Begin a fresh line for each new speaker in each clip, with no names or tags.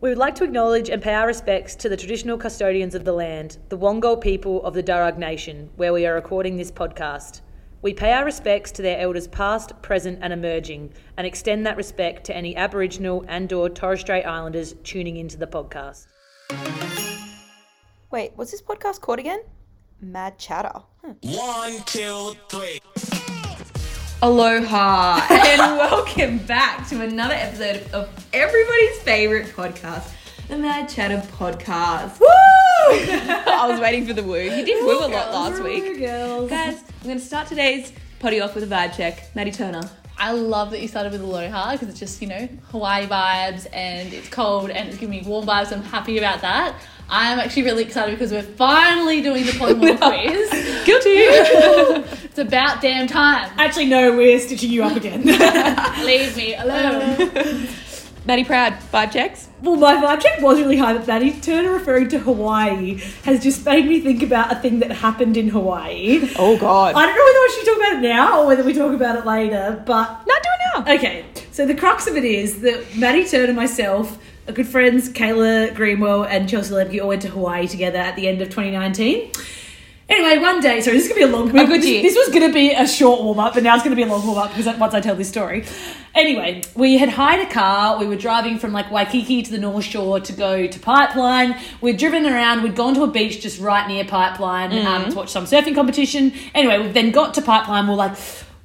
We would like to acknowledge and pay our respects to the traditional custodians of the land, the Wongal people of the Darug Nation, where we are recording this podcast. We pay our respects to their elders past, present and emerging, and extend that respect to any Aboriginal and or Torres Strait Islanders tuning into the podcast.
Wait, what's this podcast called again? Mad Chatter.
One, two, three.
Aloha and welcome back to another episode of everybody's favorite podcast, the Mad Chatter Podcast. Woo!
I was waiting for the woo. You did woo a lot last week.
Girls. Guys, I'm going to start today's potty off with a vibe check. Maddie Turner.
I love that you started with aloha because it's just, you know, Hawaii vibes and it's cold and it's giving me warm vibes. I'm happy about that. I'm actually really excited because we're finally doing the Polymorph quiz.
Guilty!
It's about damn time.
Actually, no, we're stitching you up again.
Leave me alone.
Maddie Proud, vibe checks.
Well, my vibe check was really high, but Maddie Turner referring to Hawaii has just made me think about a thing that happened in Hawaii.
Oh god.
I don't know whether we should talk about it now or whether we talk about it later, but.
Not doing now.
Okay, so the crux of it is that Maddie Turner, myself, are good friends, Kayla Greenwell and Chelsea Lemke all went to Hawaii together at the end of 2019. Anyway, one day, sorry, this is gonna be a long.
good
this,
year.
this was gonna be a short warm up, but now it's gonna be a long warm up because once I tell this story. Anyway, we had hired a car. We were driving from like Waikiki to the North Shore to go to Pipeline. We'd driven around. We'd gone to a beach just right near Pipeline um, to watch some surfing competition. Anyway, we then got to Pipeline. We're like.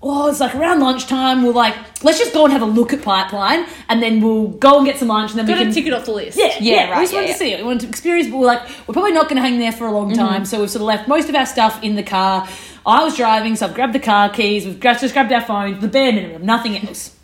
Oh, it's like around lunchtime. We're like, let's just go and have a look at Pipeline, and then we'll go and get some lunch, and then we
Gotta
can
tick it off the list.
yeah,
Yeah,
yeah,
right,
We just
yeah, yeah.
wanted
Mm-hmm.
to see it. We wanted to experience, but we're like, we're probably not going to hang there for a long time. So we've sort of left most of our stuff in the car. I was driving, so I've grabbed the car keys. We've grabbed, just grabbed our phones, the bare minimum, nothing else.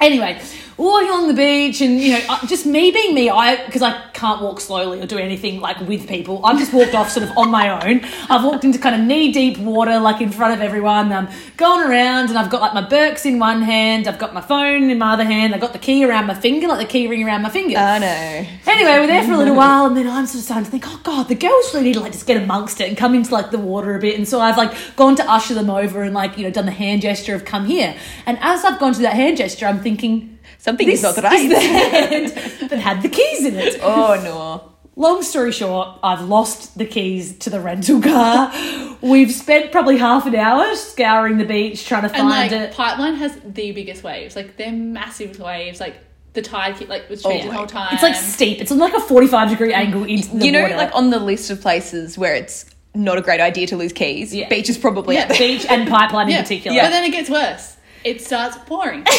Anyway, walking along the beach, and you know, I- just me being me, I because I can't walk slowly or do anything like with people. I've just walked off sort of on my own. I've walked into kind of knee deep water, like in front of everyone. I'm going around, and I've got like my Birks in one hand, I've got my phone in my other hand, I've got the key around my finger, like the key ring around my finger.
I know.
Anyway, we're there for a little while, and then I'm sort of starting to think, oh god, the girls really need to like just get amongst it and come into like the water a bit. And so I've like gone to usher them over and like you know done the hand gesture of come here. And as I've gone to that hand gesture, I'm thinking
Something
this
is not right.
is the hand that had the keys in it.
oh no.
Long story short, I've lost the keys to the rental car. We've spent probably half an hour scouring the beach trying to
And like,
find it.
Pipeline has the biggest waves. Like, they're massive waves. Like, the tide keep, Oh like, was changing the whole time.
It's like steep. It's on like a 45 degree angle into the
You know,
water.
like on the list of places where it's not a great idea to lose keys,
Yeah.
beach is probably
Yeah.
up there.
beach and pipeline in particular.
But then it gets worse. It starts pouring.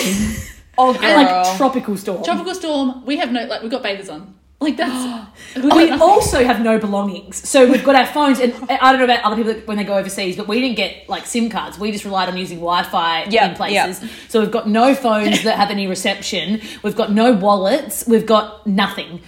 Oh,
like tropical storm.
Tropical storm. We have no, like, we've got bathers on. Like, that's.
we also have no belongings, so we've got our phones. And I don't know about other people that- when they go overseas, but we didn't get like SIM cards. We just relied on using Wi-Fi
Yeah,
in places. So we've got no phones that have any reception. We've got no wallets. We've got nothing.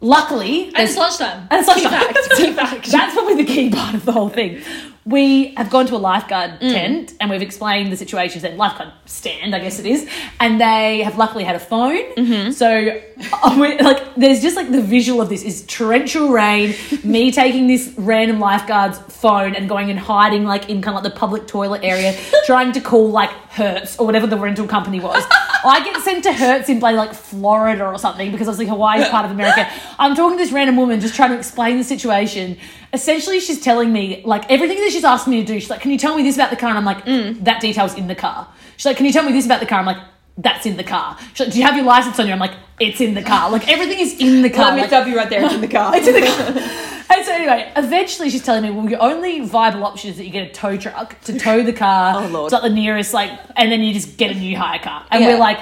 Luckily,
And
there's-
it's lunchtime.
And it's lunchtime.
Key fact. Key fact.
That's probably the key part of the whole thing. We have gone to a lifeguard tent and we've explained the situation to them. Lifeguard stand, I guess it is. And they have luckily had a phone. So, I went- like, there's just like the visual of this is torrential rain, me taking this random lifeguard's phone and going and hiding, like, in kind of like the public toilet area, trying to call, like, Hertz or whatever the rental company was. I get sent to Hertz in play like Florida or something because obviously Hawaii's part of America. I'm talking to this random woman just trying to explain the situation. Essentially, she's telling me like everything that she's asked me to do. She's like, "Can you tell me this about the car?" And I'm like, "Mm, "That detail's in the car." She's like, "Can you tell me this about the car?" I'm like, "That's in the car." She's like, "Do you have your license on you?" I'm like, "It's in the car." Like everything is in the car.
Let me
Like,
stop you right there. It's in the car.
it's in the car. And so anyway, eventually she's telling me, well, your only viable option is that you get a tow truck to tow the car
Oh, Lord.
to like the nearest, like, and then you just get a new hire car. And
Yeah.
we're like,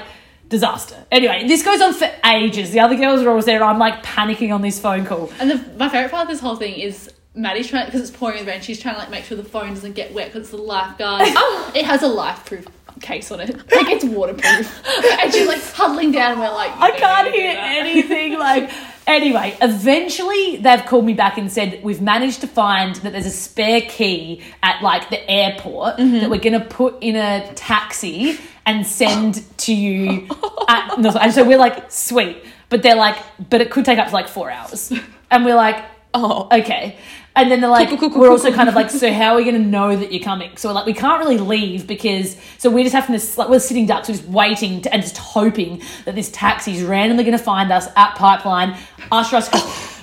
disaster. Anyway, this goes on for ages. The other girls are always there. and I'm like panicking on this phone call.
And the, my favorite part of this whole thing is Maddie's trying because it's pouring with rain. She's trying to like make sure the phone doesn't get wet because it's a lifeguard. oh, it has a life-proof case on it. Like it's waterproof. and she's like huddling down. And we're like,
I can't hear anything. Like, anyway, eventually they've called me back and said we've managed to find that there's a spare key at like the airport that we're gonna put in a taxi and send to you. At, no, and so we're like, sweet, but they're like, but it could take up to like four hours, and we're like, oh, okay. And then they're like,
Cool, cool, cool,
we're
cool,
also kind of like, so how are we going to know that you're coming? So like, we can't really leave because so we're just having to like we're sitting ducks, we're just waiting to, and just hoping that this taxi's randomly going to find us at Pipeline, usher us.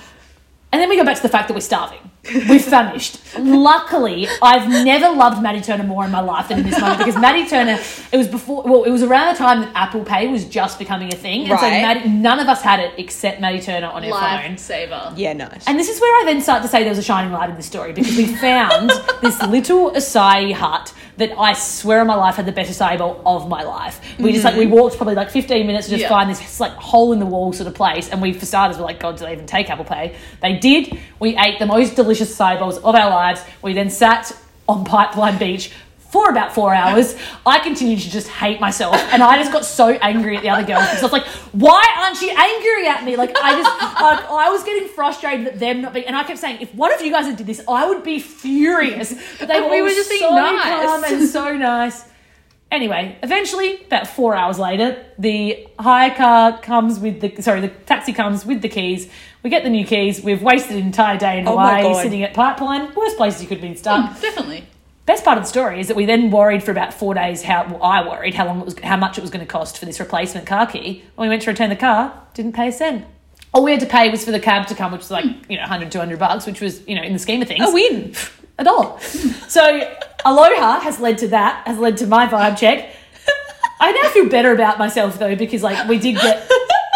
And then we go back to the fact that we're starving. We're famished. Luckily, I've never loved Maddie Turner more in my life than in this moment because Maddie Turner, it was before, well, it was around the time that Apple Pay was just becoming a thing. And so
Right.
Maddie, none of us had it except Maddie Turner on her phone.
Lifesaver.
Yeah, nice.
And this is where I then start to say there was a shining light in the story because we found this little acai hut that I swear on my life had the best acai bowl of my life. We just like we walked probably like 15 minutes to just
Yeah.
find this like hole in the wall sort of place, and we for starters were like, God, do they even take Apple Pay? They did. We ate the most delicious acai bowls of our lives. We then sat on Pipeline Beach. For about four hours, I continued to just hate myself, and I just got so angry at the other girls because I was like, "Why aren't you angry at me?" Like I just, like, I was getting frustrated at them not being, and I kept saying, "If one of you guys had did this, I would be furious." But they
And
were
we
all
were just being
so
nice.
calm and so nice. Anyway, eventually, about four hours later, the hire car comes with the sorry, the taxi comes with the keys. We get the new keys. We've wasted an entire day in
Oh my
Hawaii
God.
sitting at Pipeline, worst places you could have been stuck.
Definitely.
Best part of the story is that we then worried for about four days how well, I worried how long it was how much it was going to cost for this replacement car key. When we went to return the car, didn't pay a cent. All we had to pay was for the cab to come, which was like you know 100, 200 bucks, which was you know in the scheme of things
a win.
a dollar. So Aloha has led to that, has led to my vibe check. I now feel better about myself though because like we did get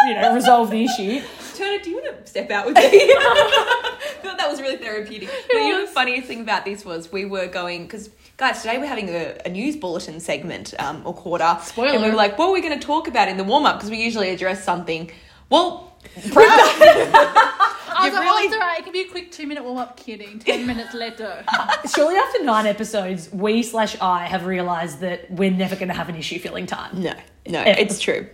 you know resolve the issue.
Turner, do you want to step out with me? I thought that was really therapeutic. But you know, the funniest thing about this was we were going because. Guys, today we're having a, a news bulletin segment um, or quarter.
Spoiler.
And we were like, what are we going to talk about in the warm up? Because we usually address something. Well,
I was
You've
like,
really-
oh, it's alright. It can be a quick two minute warm up, kidding. Ten minutes later.
Surely after nine episodes, we slash I have realised that we're never going to have an issue filling time.
No, no,
Ever.
it's true.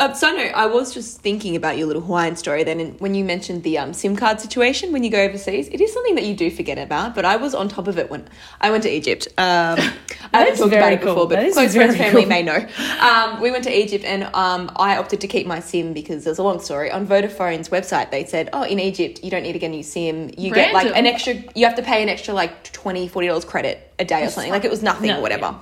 Uh, so no, I was just thinking about your little Hawaiian story. Then and when you mentioned the um, SIM card situation when you go overseas, it is something that you do forget about. But I was on top of it when I went to Egypt. Um, I haven't
is
talked about
very
it before,
cool. That
but
is
close friends,
very
family
cool.
may know. Um, we went to Egypt, and um, I opted to keep my SIM because there's a long story on Vodafone's website. They said, "Oh, in Egypt, you don't need to get a new SIM. You get like an
Random.
extra. You have to pay an extra like 20 dollars credit a day or something. Like it was nothing
No,
or whatever."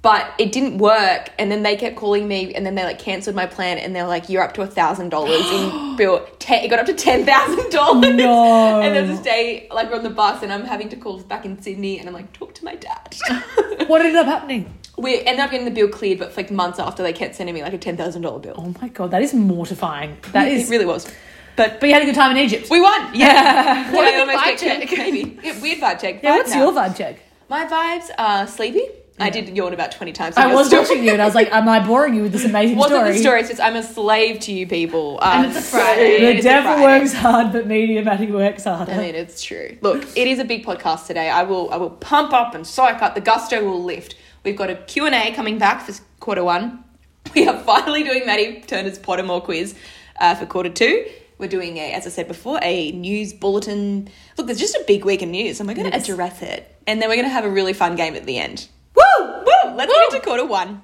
but it didn't work and then they kept calling me and then they like cancelled my plan and they're like you're up to a thousand dollars in bill Ten- it got up to ten thousand dollars
No.
and there's this day like we're on the bus and i'm having to call back in sydney and i'm like talk to my dad
What ended up happening?
we ended up getting the bill cleared but for like months after they kept sending me like a ten thousand dollar bill
Oh my god, that is mortifying. That
it
is.
really was
But you had a good time in Egypt.
we won yeah
What
Yeah,
a
almost
vibe
got-
check.
maybe yeah, weird vibe check
yeah,
Vibe
what's
now.
your vibe check?
my vibes are sleepy i did yawn about 20 times on
I
your
was
story.
watching you and I was like, am I boring you with this amazing
wasn't
story?
the story. It's just I'm a slave to you people. Um,
it's a Friday.
so-
The
it's a
devil
Friday.
works hard, but media maddie works harder.
I mean, it's true. Look, it is a big podcast today. I will, I will pump up and psych up. The gusto will lift. We've got a Q and A coming back for quarter one. We are finally doing Maddie Turner's Pottermore quiz uh, for quarter two. We're doing a, as I said before, a news bulletin. Look, there's just a big week of news, and we're going to address it. And then we're going to have a really fun game at the end. Woo, woo! Let's get to quarter one.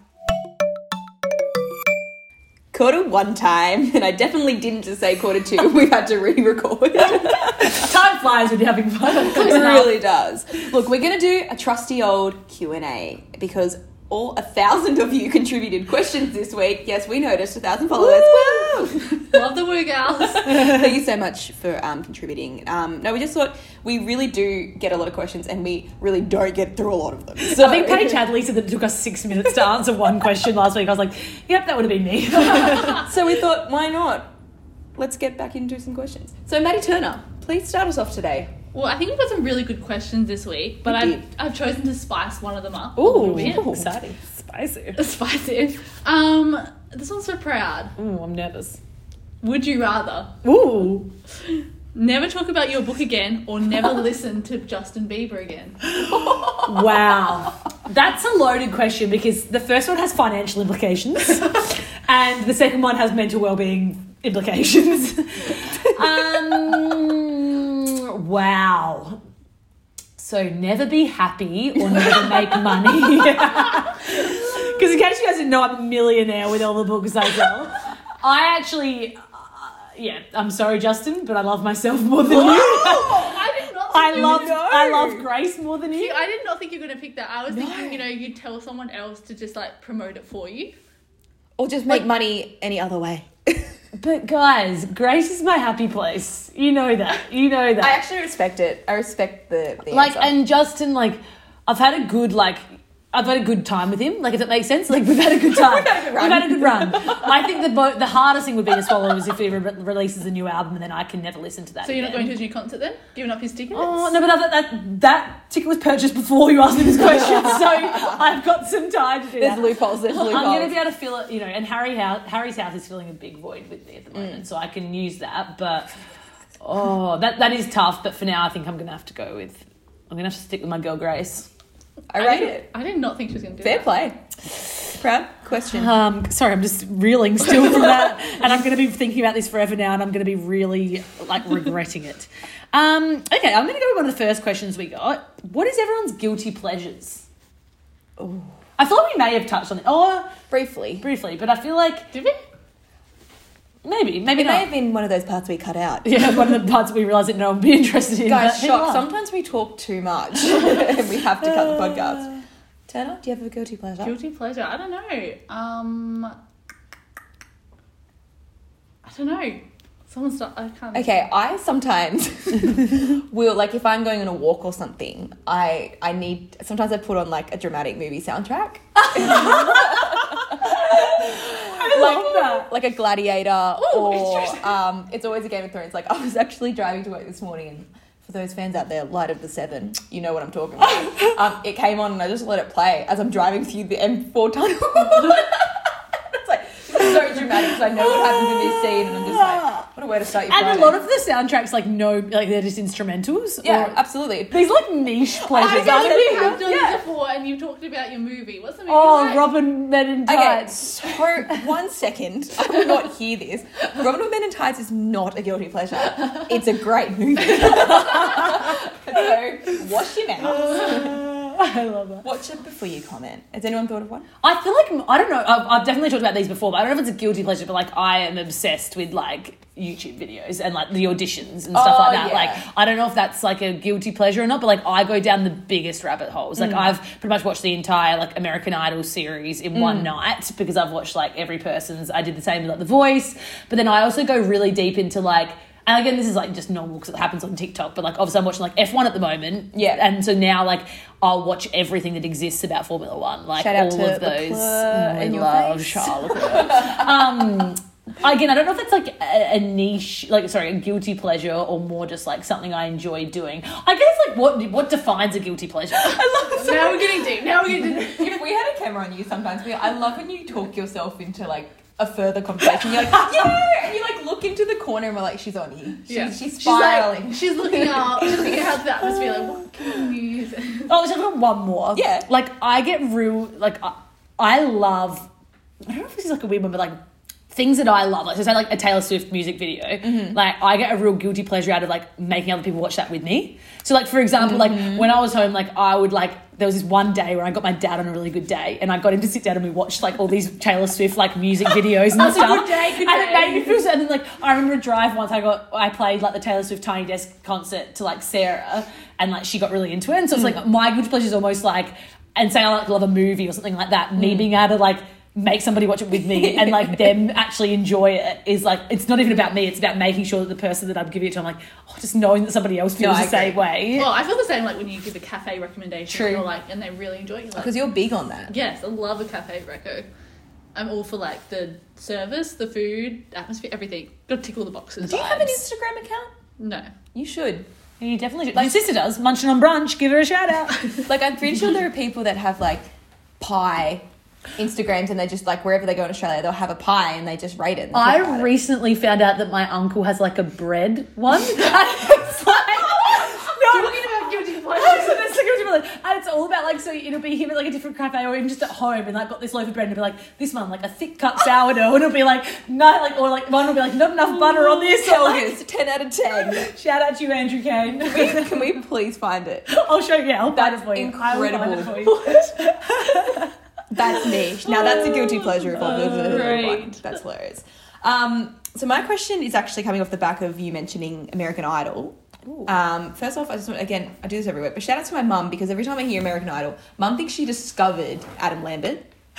Quarter one time, and I definitely didn't just say quarter two. We've had to re-record.
Time flies when you're having fun.
it really does. Look, we're gonna do a trusty old Q and A because all a thousand of you contributed questions this week. Yes, we noticed a thousand followers. Woo!
Love the woo gals.
Thank you so much for um, contributing. Um, no, we just thought we really do get a lot of questions, and we really don't get through a lot of them. So
I think Paige Hadley said that it took us six minutes to answer one question last week. I was like, yep, that would have been me.
so we thought, why not? Let's get back into some questions. So Maddie Turner, please start us off today.
Well, I think we've got some really good questions this week, but
We
I've,
did.
I've chosen to spice one of them up.
Ooh.
a little bit.
Exciting. Spicy.
Spice it. Um, this one's for Proud.
Ooh, I'm nervous.
Would you rather
Ooh.
never talk about your book again or never listen to Justin Bieber again?
Wow. That's a loaded question because the first one has financial implications and the second one has mental well-being implications. um, wow. So never be happy or never make money. Because in case you guys didn't know, I'm a millionaire with all the books I sell. I actually, uh, yeah, I'm sorry, Justin, but I love myself more than you.
I did not
I love I love Grace more than you.
I did not think you were going to pick that. I was thinking, you know, you'd tell someone else to just like promote it for you.
Or just make money any other way.
But guys, Grace is my happy place. You know that. You know that.
I actually respect it. I respect the, the
like
answer.
and Justin, like I've had a good like I've had a good time with him. Like if that makes sense, like we've had a good time.
We've had a good
We've
run.
had a good run. I think the bo- the hardest thing would be to swallow is if he re- releases a new album and then I can never listen to that.
So you're not going
again.
to his new concert then? Giving up his tickets?
Oh no, but that, that that ticket was purchased before you asked me this question, so I've got some time to do
there's
that.
loopholes, there's loopholes.
I'm going to be able to fill it, you know. And Harry house, Harry's house is filling a big void with me at the
Mm.
moment, so I can use that. But oh, that that is tough. But for now, I think I'm going to have to go with. I'm going to have to stick with my girl Grace.
I rate
did,
it.
I did not think she was going to do
Fair
that.
play. Proud question.
Um, sorry, I'm just reeling still from that, and I'm going to be thinking about this forever now, and I'm going to be really like regretting it. Um, okay, I'm going to go with one of the first questions we got. What is everyone's guilty pleasures? Oh, I feel like we may have touched on it, or
Briefly.
briefly, but I feel like
Did we?
maybe, maybe
It
not.
may have been one of those parts we cut out.
Yeah, one of the parts we realised that no one would be interested in.
Guys,
but people
shock.
are.
Sometimes we talk too much and we have to cut the podcast. Turner, do you have a guilty pleasure?
Guilty pleasure. I don't know. Um, I don't know. Someone start. I can't.
Okay, I sometimes will like if I'm going on a walk or something, I I need sometimes I put on like a dramatic movie soundtrack. like, like a gladiator or um, it's always a Game of Thrones. Like I was actually driving to work this morning and for those fans out there, Light of the Seven, you know what I'm talking about. um, it came on and I just let it play as I'm driving through the M4 tunnel. it's like so dramatic because I know what happens in this scene and I'm just like, what a way to start your
and
Friday.
a lot of the soundtracks like no, like they're just instrumentals.
Yeah,
or-
absolutely.
these like niche
I
pleasures.
feel like
aren't
we
they?
have done
Yeah.
this before, and you talked about your movie. What's the movie?
Oh,
like?
Robin Men in
Okay,
Tights.
so one second, I will not hear this. Robin Hood Men in Tights is not a guilty pleasure. It's a great movie. so wash your mouth.
I love that.
Watch it before you comment. Has anyone thought of one?
I feel like I don't know. I've, I've definitely talked about these before, but I don't know if it's a guilty pleasure. But like, I am obsessed with like YouTube videos and like the auditions and stuff
Oh,
like that.
yeah.
Like, I don't know if that's like a guilty pleasure or not, but like, I go down the biggest rabbit holes.
Mm.
Like, I've pretty much watched the entire like American Idol series in
Mm.
one night because I've watched like every person's. I did the same with like The Voice, but then I also go really deep into like. And again, this is like just normal because it happens on TikTok. But like, obviously, I'm watching like F1 at the moment.
Yeah.
And so now, like, I'll watch everything that exists about Formula One. Like,
Shout out
all
to
of those.
Leclerc
Mm,
and
we
your
love
face.
Charles Leclerc. um, again, I don't know if it's like a, a niche, like sorry, a guilty pleasure, or more just like something I enjoy doing. I guess like what what defines a guilty pleasure?
Now we're getting deep. Now we're getting deep.
If we had a camera on you sometimes, we, I love when you talk yourself into like a further conversation. You're like, yeah! And you like look into the corner and we're like, she's on you. She's, she's spiraling.
She's, like, she's looking up. She's looking at how the atmosphere. Like, what can we use?
Oh, so I've got one more.
Yeah.
Like I get real like I, I love I don't know if this is like a weird one, but like things that I love. Like so say like a Taylor Swift music video.
Mm-hmm.
Like I get a real guilty pleasure out of like making other people watch that with me. So like for example,
Mm-hmm.
like when I was home, like I would like there was this one day where I got my dad on a really good day and I got him to sit down and we watched like all these Taylor Swift like music videos and stuff.
good day, good
and it
day.
made me feel so and then like I remember a drive once I got I played like the Taylor Swift Tiny Desk concert to like Sarah and like she got really into it. And so
Hmm.
it's like my guilty pleasure is almost like and say I like love a movie or something like that, me
Hmm.
being able to like make somebody watch it with me and like them actually enjoy it is like it's not even about me, it's about making sure that the person that I'm giving it to I'm like, oh just knowing that somebody else feels
I
the same
agree.
way.
Well, I feel the same. Like when you give a cafe recommendation,
True.
or like, and they really enjoy it. You're like,
Because you're big on that.
Yes, I love a cafe reco. I'm all for like the service, the food, atmosphere, everything. Gotta tick all the boxes.
Do you have an Instagram account?
No.
You should.
You definitely should. My sister does, munching on brunch, give her a shout out.
Like I'm pretty sure there are people that have like pie Instagrams and they just like wherever they go in Australia they'll have a pie and they just rate it. and they talk about
I
it.
recently found out that my uncle has like a bread one. And it's like, no,
Talking about guilty
so
pleasures.
that's like a different one. And it's all about like so it'll be him at like a different cafe or even just at home and like got this loaf of bread and it'll be like this one like a thick cut sourdough and it'll be like not like or like one will be like not enough butter on this. Or,
Tell
like,
us, ten out of ten.
shout out to you, Andrew Kane.
Can we please find it?
I'll show you. I'll find it
That's
for you. I will find it for you.
That's niche. Now that's a guilty pleasure if I've ever one.
Great.
That's hilarious. Um, so my question is actually coming off the back of you mentioning American Idol. Um, first off, I just want again, I do this every week, but shout out to my mum because every time I hear American Idol, mum thinks she discovered Adam Lambert.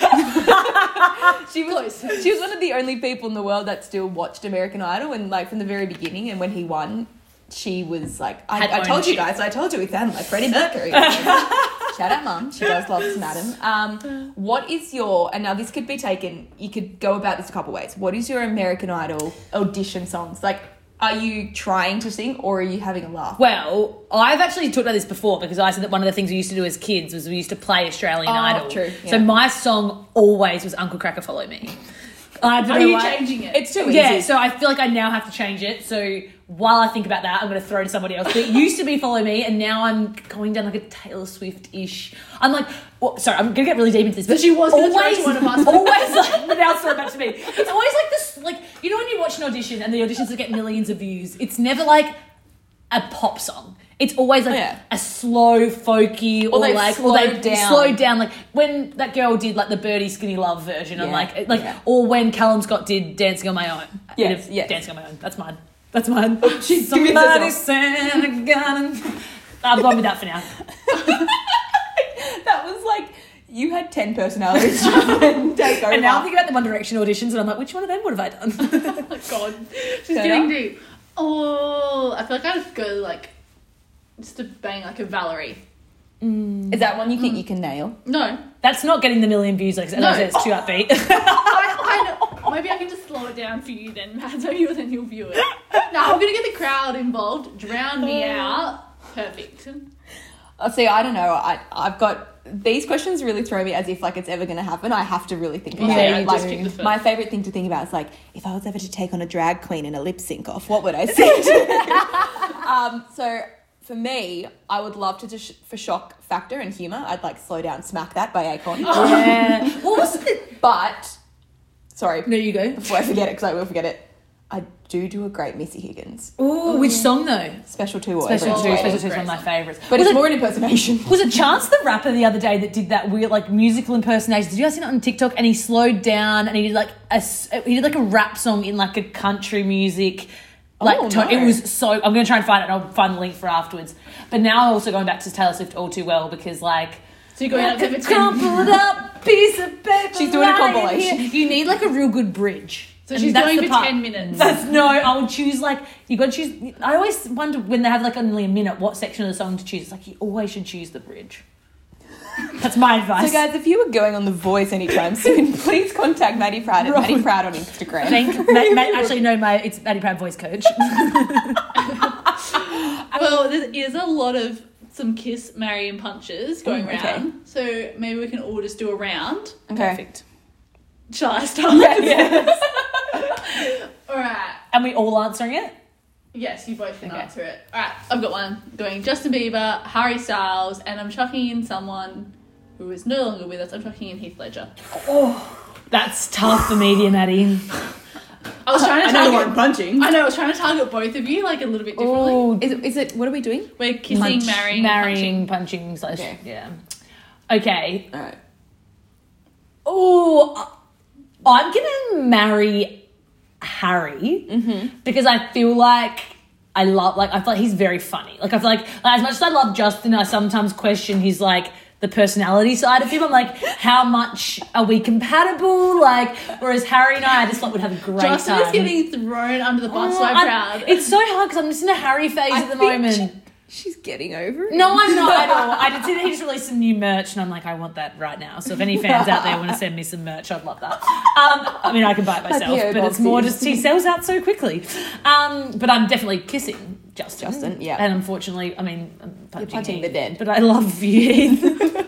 she was she was one of the only people in the world that still watched American Idol and like from the very beginning and when he won, she was like,
Had
I, I told you
ownership.
guys, I told you we sound like Freddie Mercury. Shout out, mum. She does love some Adam. Um, what is your and now this could be taken. You could go about this a couple ways. What is your American Idol audition songs like? Are you trying to sing or are you having a laugh?
Well, I've actually talked about this before because I said that one of the things we used to do as kids was we used to play Australian
Oh,
Idol.
true, yeah.
So my song always was Uncle Cracker Follow Me. I don't
Are
know
you
why.
changing it?
It's too easy.
Yeah, so I feel like I now have to change it. So while I think about that, I'm going to throw to somebody else. But it used to be Follow Me, and now I'm going down like a Taylor Swift ish. I'm like, well, sorry, I'm going to get really deep into this. But
she was gonna
always,
throw it to one of us.
always like, but now it's thrown back to me. It's always like this, like, you know, when you watch an audition and the auditions get millions of views, it's never like a pop song. It's always like
Yeah.
a slow folky or,
they've
like or they
slowed down.
slowed down like when that girl did like the birdie skinny love version and
Yeah,
like it- like
yeah.
or when Callum Scott did dancing on my own.
Yes,
Bit of
yes.
dancing on my own. That's mine. That's mine.
she's doing this
Somebody
as
said I got it. I'm going with that for now.
That was like you had ten personalities and take over.
And now I'm thinking about the One Direction auditions, and I'm like, which one of them would have I done?
Oh, God. She's
Fair
getting
enough.
deep. Oh, I feel like I'd go like just to bang like a Valerie.
is that one you think you can nail?
No,
That's not getting the million views, like no.
No.
it's too upbeat.
I, I know. Maybe I can just slow it down for you then, Matt, so you then you'll view it. No, I'm gonna get the crowd involved. Drown me
Uh.
out. Perfect.
Oh, see, I don't know. I I've got these questions really throw me as if like it's ever going to happen. I have to really think about
Yeah,
it.
you just pick the
Like,
first.
my favorite thing to think about is like if I was ever to take on a drag queen and a lip sync off, what would I sing? to? um, so for me, I would love to just for shock factor and humor. I'd like slow down, smack that by Akon.
Oh.
yeah. What was it?
But sorry,
No, you go.
before I forget it, because I will forget it. I do do a great Missy Higgins
Ooh, which song though?
special two. or
Oh. Special
every
Two.
way.
Special Two is one of my favourites.
But
was
it's
it,
more an impersonation.
was it Chance the rapper the other day that did that weird like musical impersonation? Did you guys see that on TikTok? And he slowed down and he did like a s- he did like a rap song in like a country music. Like
Oh,
to-
no.
it was so. I'm gonna try and find it. and I'll find the link for afterwards. But now I'm also going back to Taylor Swift all too well because like
So you're going out there for 10.
crumpled up piece of paper.
She's doing a
lying
compilation.
here. You need like a real good bridge.
So
And
she's
that's
going
the
for
part-
10 minutes.
That's no. I would choose like you got to choose. I always wonder when they have like only a minute, what section of the song to choose. It's like you always should choose the bridge. That's my advice.
So, guys, if you were going on The Voice anytime soon, please contact Maddie Proud at Maddie Proud on Instagram.
Thank, ma- ma- actually, no, my it's Maddie Proud voice coach.
Well, there is a lot of some kiss, marry, and punches going
Oh, okay.
around. So maybe we can all just do a round.
okay.
Shall I start? all right.
and we all answering it.
Yes, you both can
Okay.
answer it. All right, I've got one going Justin Bieber, Harry Styles, and I'm chucking in someone who is no longer with us. I'm chucking in Heath Ledger.
That's tough for media, Maddie.
I was trying to
Uh, Another
target.
one punching.
I know I was trying to target both of you like a little bit differently.
Oh,
Is it, is it, what are we doing?
We're kissing,
punch-
marrying,
marrying, punching, slash,
Okay.
yeah. Okay,
All right.
Oh, I'm gonna marry Harry because I feel like I love like I feel like he's very funny. Like I feel like, like, as much as I love Justin, I sometimes question his like the personality side of him. I'm like, how much are we compatible? Like, whereas Harry and I, I just like would have a great
punching. Justin
time.
is getting thrown under the bus
Oh,
by
I'm-
Proud.
It's so hard because I'm just in a Harry phase
I
at the
think
moment.
She's getting over it.
No, I'm not at all. I did see that he's released some new merch, and I'm like, I want that right now. So if any fans out there want to send me some merch, I'd love that. Um, I mean, I can buy it myself,
PO
but
box
it's more
is-
just he sells out so quickly. Um, but I'm definitely kissing Justin.
Justin, yeah.
And unfortunately, I mean, I'm punching,
punching
Heath,
the dead.
But I love you.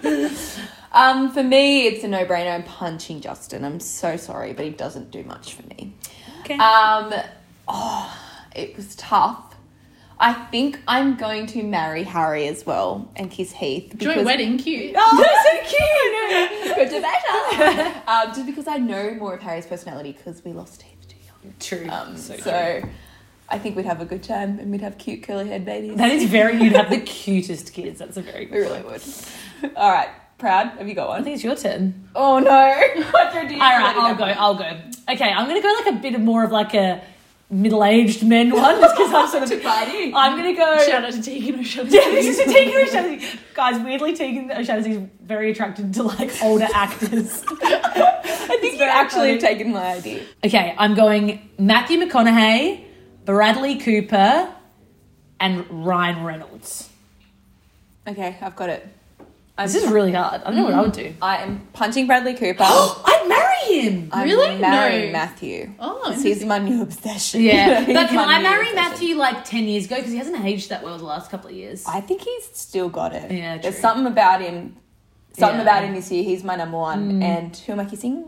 Heath.
Um, for me, it's a no brainer. I'm punching Justin. I'm so sorry, but he doesn't do much for me.
okay.
Um, oh, it was tough. I think I'm going to marry Harry as well and kiss Heath.
Joint
because-
wedding, cute.
Oh, so cute! Good to better. Um, just because I know more of Harry's personality because we lost Heath too young.
True.
Um, so
so true.
I think we'd have a good time and we'd have cute curly haired babies.
That is very. You'd have the cutest kids. That's a very.
we
Good
really would. All right, proud. Have you got
I
one?
think it's your turn.
Oh no! What do you
All right, I'll go. I'll go. Okay, I'm gonna go like a bit of more of like a middle-aged men one just because I'm sort of
Bye.
I'm gonna go
Shout out to Tegan O'Shaughnessy.
yeah, this is a Tegan O'Shaughnessy. Guys, weirdly, Tegan O'Shaughnessy is very attracted to like older actors. I think
You actually have taken my idea.
Okay, I'm going Matthew McConaughey, Bradley Cooper, and Ryan Reynolds.
Okay, I've got it.
This is really hard. I don't know what I would do.
I am punching Bradley Cooper.
Oh, I'd marry him.
I'm
Really?
marrying
No.
Matthew.
Oh,
'Cause he's my new obsession.
Yeah,
He's
but can
my
I
new
marry
obsession.
Matthew like ten years ago because he hasn't aged that well the last couple of years?
I think he's still got it.
Yeah,
There's
true.
something about him. Something
Yeah. Mm.
about him this year. He's my number one. And who am I kissing?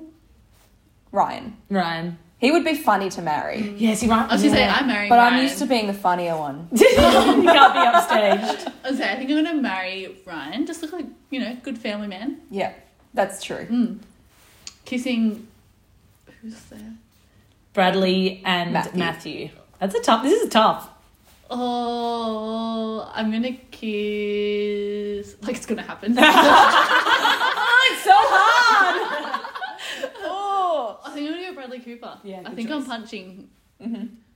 Ryan.
Ryan.
He would be funny to marry.
Yeah, see, Ryan.
I was gonna say I'm marrying.
But
Ryan.
I'm used to being the funnier one.
you can't be upstaged.
I was gonna say, I think I'm gonna marry Ryan. Just look like you know, good family man.
Yeah, that's true.
Mm.
Kissing. Who's there?
Bradley and Matthew.
Matthew.
That's a tough. This is tough.
Oh, I'm gonna kiss. Like it's gonna happen. Oh,
So hard.
I think I'm gonna go Bradley Cooper.
Yeah,
I
good
think I'm punching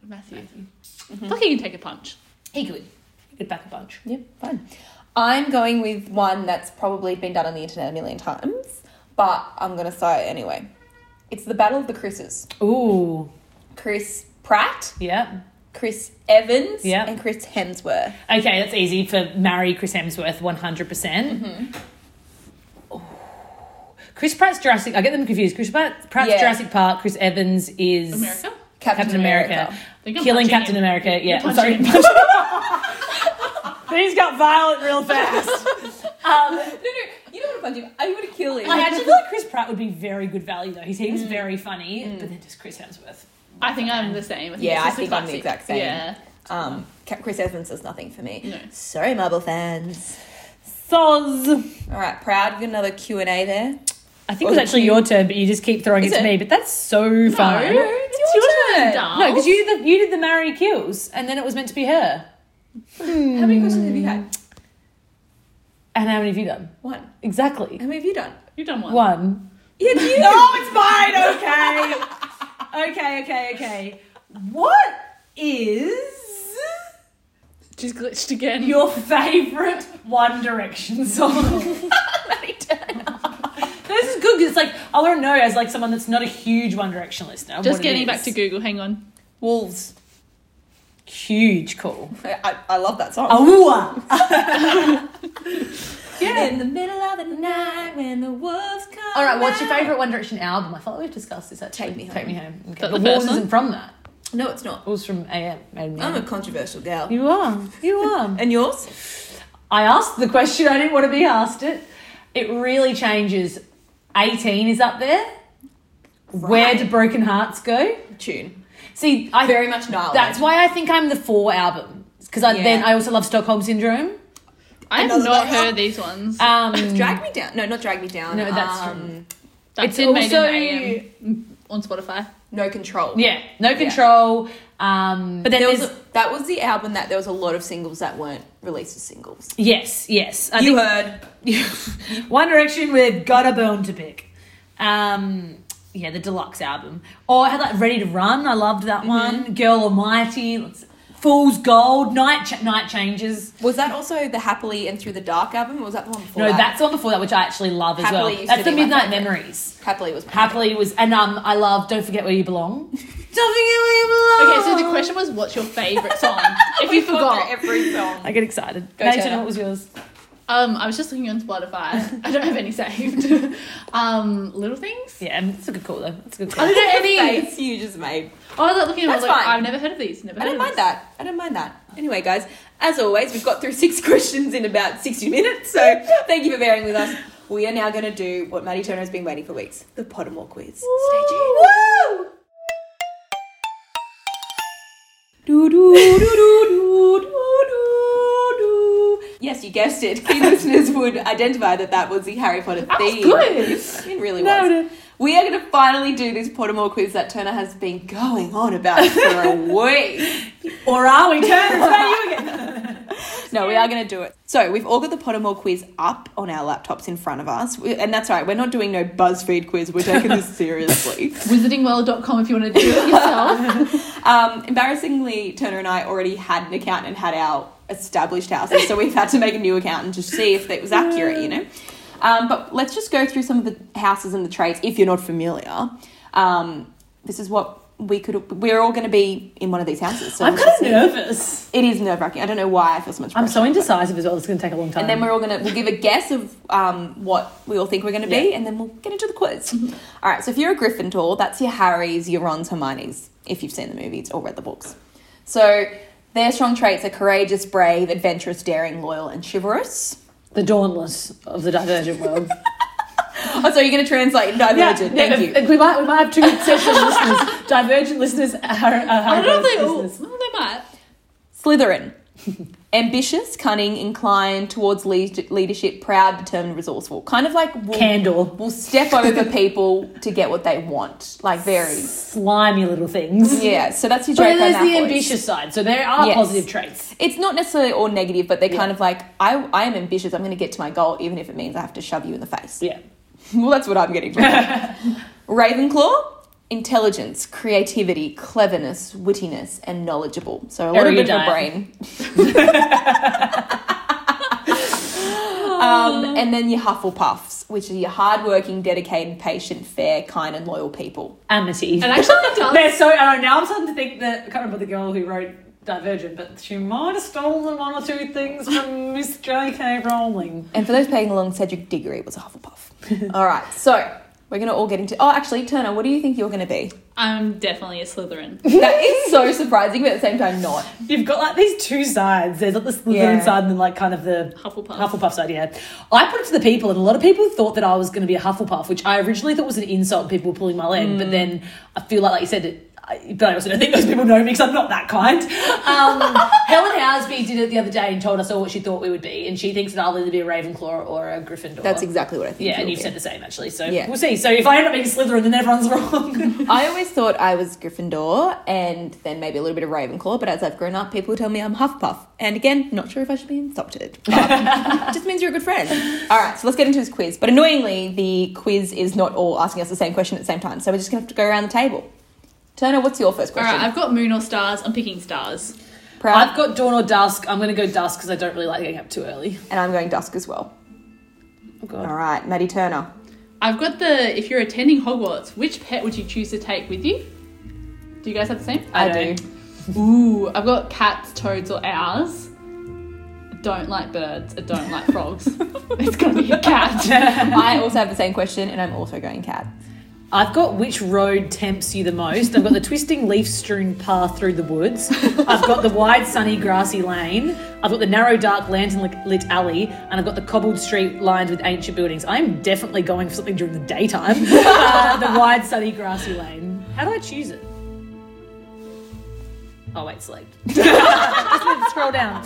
Matthew. Fuck, he can take a punch.
He could. He could back a bunch.
Yep, fine. I'm going with one that's probably been done on the internet a million times, but I'm going to say it anyway. It's the Battle of the Chris's.
Ooh.
Chris Pratt,
Yeah.
Chris Evans,
Yeah.
and Chris Hemsworth.
Okay, that's easy for marry Chris Hemsworth 100%. percent Ooh. Mm-hmm. Chris Pratt's Jurassic. I get them confused. Chris Pratt, Pratt's
Yeah.
Jurassic Park. Chris Evans is
America.
Captain,
Captain America.
Think I'm
Killing
punching
Captain
him.
America. Yeah, I'm sorry.
punching
These got violent real fast.
No, no, you don't want to punch him. I want to kill him.
I actually feel like Chris Pratt would be very good value though. He seems very funny, but then just Chris Hemsworth.
I think I'm the same. I think
Yeah,
it's
I
just a
think I'm the
classic.
exact same.
Yeah.
Um, Ca- Chris Evans is nothing for me.
No.
Sorry, Marvel fans.
Soz.
All right, proud. We've got another Q and A there.
I think it was actually your turn, but you just keep throwing
Is
it to
it?
me. But that's so fun.
it's
It's
your
your
turn.
Darls.
No, because you did the you did the Mary kills, and then it was meant to be her.
How many questions have you had?
And how many have you done?
One.
Exactly
How many have you done?
You've done one.
one.
Yeah, you.
oh, it's mine. Okay. okay. Okay. Okay. What is
She's glitched again.
your favorite One Direction song? This is good because it's like I want to know as like someone that's not a huge One Direction listener. what
just
it
getting
is.
back to Google. Hang on.
Wolves.
huge call.
I, I, I love that
Oh.
song.
Awua.
In the middle of the night when the wolves come.
All right, what's your favorite One Direction album? I feel like we've discussed this. Actually.
Oh, Take Me
Take
Home.
me home. Okay.
That
The,
the
Walls
first one?
isn't from that.
No, it's not.
It was from AM. Made Me
I'm
Home.
a controversial gal.
You are. You are.
And yours?
I asked the question. I didn't want to be asked it. It really changes. 18 is up there. Where do broken hearts go?
Tune.
See, I
Very much Gnarly.
That's why I think I'm the four album because I,
Yeah.
then I also love Stockholm Syndrome.
I have
Another Uh,
not
letter.
heard these ones.
Um,
Drag me down. No, not drag me down.
No, that's true.
um,
That's
it's
in Made
also-
in AM on Spotify.
No control.
yeah, no control. Um, but then
There was
there's
a, that was the album that there was a lot of singles that weren't released as singles.
yes, yes. I
you
think-
heard.
One Direction with Got a Bone to Pick. Um, yeah, the deluxe album. Or I had like Ready to Run. I loved that one. Girl Almighty. let's- Fool's Gold. Night Ch- Night Changes.
Was that also the Happily and Through the Dark album? Or was that the one before?
No,
that?
that's the one before that, which I actually love as
Happily
well.
used
That's
to
the
be my
Midnight
favourite.
Memories.
Happily was. my
Happily was, and um, I love Don't Forget Where You Belong. Don't Forget Where You Belong.
Okay, so the question was, what's your favorite song? if you
favorite. Oh. Gone
forgot,
through every song.
I get excited.
Go,
Nathan,
Taylor.
what was yours?
um, I was just looking on Spotify. I don't have any saved. um, little things.
Yeah, it's a good call though. It's a good
I
call.
don't know any.
face you just made.
Oh, I was like, looking at. it, I was
That's
like,
fine.
I've never heard of these. Never
I
heard
don't
of
mind
this.
that. I don't mind that. Anyway, guys, as always, we've got through six questions in about 60 minutes, so thank you for bearing with us. We are now going to do what Maddie Turner has been waiting for weeks the Pottermore quiz. Stay tuned. Woo! Do, do, do, do, do, do, do, do. Yes, you guessed it. Key listeners would identify that that was the Harry Potter
That was
theme.
good.
It really
Nailed
was. We are going to finally do this Pottermore quiz that Turner has been going on about for a week.
Or are we? Turn and say you again.
No, we are going to do it. So we've all got the Pottermore quiz up on our laptops in front of us, We- and that's all right. We're not doing no BuzzFeed quiz. We're taking this seriously.
Wizardingworld.com if you want to do it yourself.
Um, embarrassingly, Turner and I already had an account and had our established houses, so we've had to make a new account and just see if it was accurate, you know. Um, but let's just go through some of the houses and the trades if you're not familiar. Um, this is what we could. We're all going to be in one of these houses. So
I'm
we'll
kind of
see.
nervous.
It is nerve wracking. I don't know why I feel so much.
I'm
pressure.
so indecisive as well. It's going to take a long time.
And then we're all gonna we'll give a guess of um, what we all think we're gonna be, and then we'll get into the quiz. All right. So if you're a Gryffindor, that's your Harrys, your Rons, Hermiones, if you've seen the movies or read the books. So their strong traits are courageous, brave, adventurous, daring, loyal, and chivalrous.
the dawnless of the divergent world.
Oh, so you're gonna translate divergent. Thank you.
We might we might have two session listeners, divergent listeners, are,
I don't know if they all.
listeners.
well, they might.
Slytherin. Ambitious, cunning, inclined towards le- leadership, proud, determined, resourceful. Kind of like will,
Candor,
will step over people to get what they want. Like very.
slimy little things.
Yeah, so that's your
But
Draco
there's the
Malfoys.
ambitious side, so there are
Yes.
positive traits.
It's not necessarily all negative, but they're kind of like, I, I am ambitious. I'm going to get to my goal, even if it means I have to shove you in the face.
Yeah.
Well, that's what I'm getting from it. Ravenclaw, intelligence, creativity, cleverness, wittiness, and knowledgeable. So a little bit of a brain.
Erudite.
um, and then your Hufflepuffs, which are your hardworking, dedicated, patient, fair, kind, and loyal people.
Amity.
And actually, it does.
They're so. I don't know. Now I'm starting to think that I can't remember the girl who wrote Divergent, but she might have stolen one or two things from Miss J.K. Rowling.
And for those playing along, Cedric Diggory was a Hufflepuff. all right, so we're going to all get into. Oh, actually, Turner, what do you think you're going to be?
I'm definitely a Slytherin.
That is so surprising, but at the same time, not.
You've got like these two sides. There's like the Slytherin
Yeah.
side and then like kind of the
Hufflepuff.
Hufflepuff side. Yeah, I put it to the people, and a lot of people thought that I was going to be a Hufflepuff, which I originally thought was an insult. People were pulling my leg,
Mm.
but then I feel like, like you said, it, I, but I also don't think those people know me because I'm not that kind. Um, Helen Housby did it the other day and told us all what she thought we would be, and she thinks that I'll either be a Ravenclaw or a Gryffindor.
That's exactly what I think.
Yeah, and
you'll
you've
be.
said the same actually. So
Yeah.
we'll see. So if I end up being Slytherin, then everyone's wrong.
I always thought I was Gryffindor and then maybe a little bit of Ravenclaw, but as I've grown up, people tell me I'm Huffpuff. And again, not sure if I should be insulted. But it just means you're a good friend. All right, so let's get into this quiz. But annoyingly, the quiz is not all asking us the same question at the same time, so we're just going to have to go around the table. Turner, what's your first
All
question?
right, I've got moon or stars. I'm picking stars.
Proud,
I've got dawn or dusk. I'm going to go dusk because I don't really like getting up too early.
and I'm going Dusk as well.
Oh god.
All right, Maddie Turner.
I've got the if you're attending Hogwarts, which pet would you choose to take with you? Do you guys have the same?
I
I,
don't.
do.
Ooh, I've got cats, toads, or owls. I don't like birds. I don't like frogs. it's gonna be a cat.
I also have the same question, and I'm also going Cat.
I've got which road tempts you the most. I've got the twisting leaf strewn path through the woods. I've got the wide, sunny, grassy lane. I've got the narrow, dark, lantern lit- lit alley. And I've got the cobbled street lined with ancient buildings. I'm definitely going for something during the daytime. uh, the wide, sunny, grassy lane. How do I choose it? Oh, wait, select. Just need to scroll down.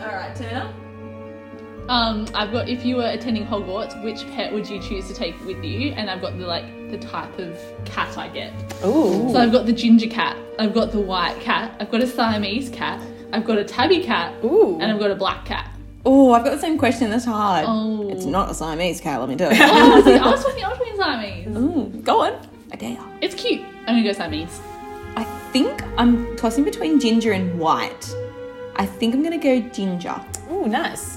All right, Turner.
um, I've got if you were attending Hogwarts, which pet would you choose to take with you? And I've got the like the type of cat I get.
Ooh.
So I've got the ginger cat. I've got the white cat. I've got a Siamese cat. I've got a tabby cat.
Ooh.
And I've got a black cat.
Oh, I've got the same question. That's hard.
Oh.
It's not a Siamese cat, let me tell you.
Oh, I was, I was talking, I was talking Siamese.
Mm, go on. I dare.
It's cute. I'm gonna go Siamese.
I think I'm tossing between ginger and white. I think I'm gonna go ginger.
Ooh, nice.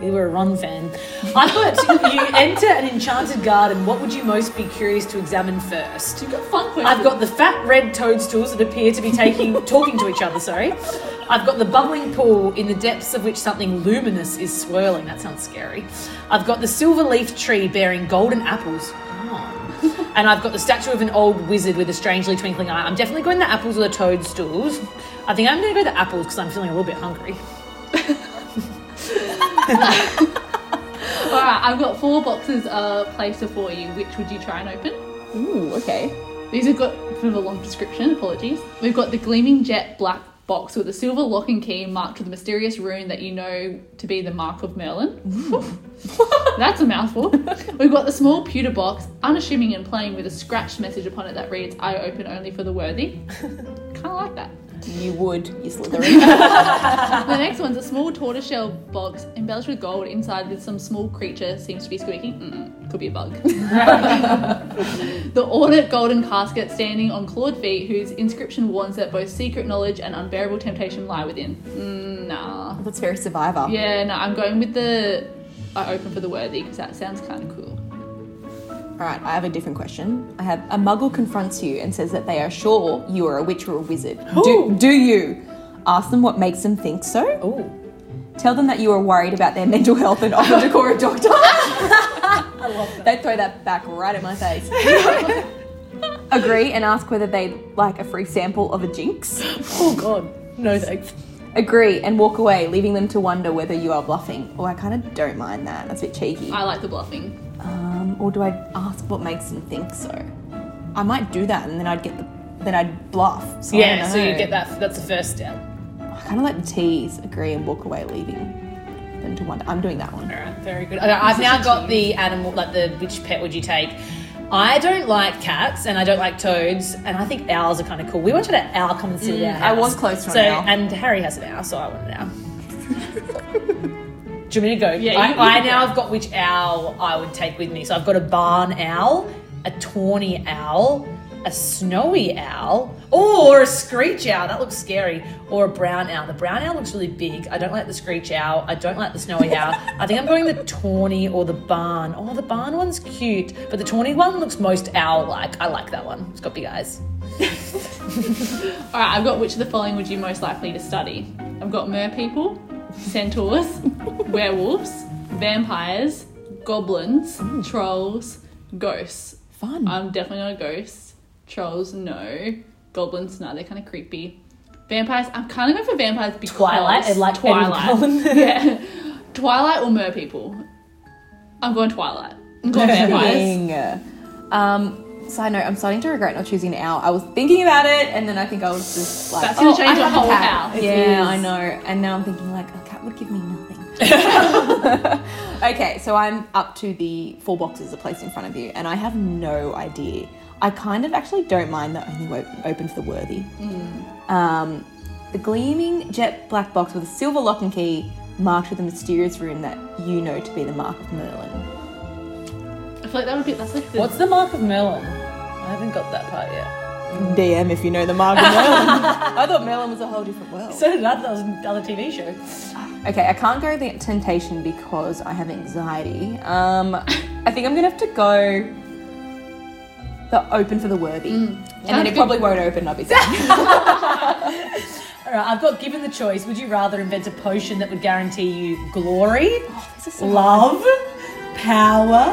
You were a Ron fan. I thought you enter an enchanted garden. What would you most be curious to examine first?
You've got fun questions.
I've got the fat red toadstools that appear to be taking talking to each other. Sorry. I've got the bubbling pool in the depths of which something luminous is swirling. That sounds scary. I've got the silver leaf tree bearing golden apples. Oh. And I've got the statue of an old wizard with a strangely twinkling eye. I'm definitely going the apples or the toadstools. I think I'm going to go the apples because I'm feeling a little bit hungry.
All right, I've got four boxes uh, placed before you. Which would you try and open?
Ooh, okay.
These have got a bit of a long description. Apologies. We've got the gleaming jet black box with a silver lock and key marked with a mysterious rune that you know to be the mark of Merlin. That's a mouthful. We've got the small pewter box, unassuming and plain, with a scratched message upon it that reads, "I open only for the worthy." kind of like that.
You would, you Slytherin.
The next one's a small tortoiseshell box embellished with gold inside with some small creature seems to be squeaking. Mm-mm, could be a bug. the ornate golden casket standing on clawed feet whose inscription warns that both secret knowledge and unbearable temptation lie within. Mm, nah.
That's very survivor.
Yeah, no, I'm going with the I open for the worthy because that sounds kind of cool.
All right, I have a different question. I have a muggle confronts you and says that they are sure you are a witch or a wizard. Do, do you? Ask them what makes them think so.
Ooh.
Tell them that you are worried about their mental health and offer to call a doctor. They throw that back right at my face. Agree and ask whether they'd like a free sample of a jinx.
Oh god. No thanks.
Agree and walk away, leaving them to wonder whether you are bluffing. Oh, I kind of don't mind that. That's a bit cheeky.
I like the bluffing.
Um, or do I ask what makes them think so? I might do that and then I'd get the then I'd bluff. So I
Yeah,
don't
so you
know.
get that that's the first step.
I kind of like the tease, agree and walk away, leaving them to wonder. I'm doing that one.
Alright, very good. Okay, I've now got the animal like the which pet would you take? I don't like cats and I don't like toads and I think owls are kind of cool. We once had an owl come and sit at our
Mm, I
house.
was close to an
so,
owl.
And Harry has an owl, so I want an owl. Do you want me to go?
Yeah,
I,
you- you
I
can
now have got which owl I would take with me. So I've got a barn owl, a tawny owl, a snowy owl, or a screech owl. That looks scary. Or a brown owl. The brown owl looks really big. I don't like the screech owl. I don't like the snowy owl. I think I'm going the tawny or the barn. Oh, the barn one's cute, but the tawny one looks most owl-like. I like that one. It's got big eyes.
All right, I've got which of the following would you most likely to study? I've got merpeople, centaurs, werewolves, vampires, goblins,
Mm.
trolls, ghosts.
Fun.
I'm definitely not a ghost. Trolls, no. Goblins, no. They're kind of creepy. Vampires, I'm kind of going for vampires because
Twilight, and like Edward Cullen.
Twilight, yeah. Twilight or merpeople. I'm going Twilight. I'm going vampires.
Dang. Um, side note, I'm starting to regret not choosing an owl. I was thinking about it, and then I think I was just like, "Oh,
That's gonna change
I
your
have a
whole
cat.
house. It
Yeah,
is.
I know. And now I'm thinking like, a cat would give me nothing. okay, so I'm up to the four boxes are placed in front of you, and I have no idea. I kind of actually don't mind that only wo- open for the worthy.
Hmm.
Um, the gleaming jet black box with a silver lock and key marked with a mysterious rune that you know to be the mark of Merlin.
I feel like that would be that's like the
What's the mark of Merlin? I haven't got that part yet.
DM if you know the Margot Merlin. I thought Merlin was a whole different world.
So did I. That was another TV show.
okay, I can't go the temptation because I have anxiety. Um, I think I'm gonna have to go the open for the worthy, and then
Sounds
it
good.
probably won't open. I'll be sad.
All right, I've got given the choice. Would you rather invent a potion that would guarantee you glory,
Oh,
love, power,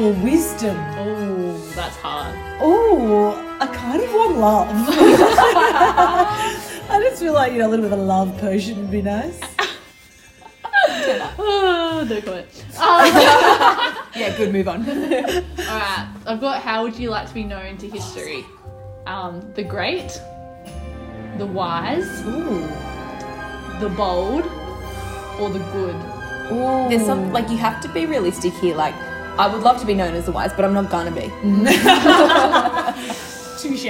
or wisdom?
Oh, that's hard.
Oh, I kind of want love. I just feel like you know a little bit of a love potion would be nice.
Oh, no comment.
yeah, good. Move on.
All right, I've got how would you like to be known to history? Um, the great, the wise,
Ooh.
the bold, or the good.
There's some like you have to be realistic here. Like, I would love to be known as the wise, but I'm not gonna be.
Touche.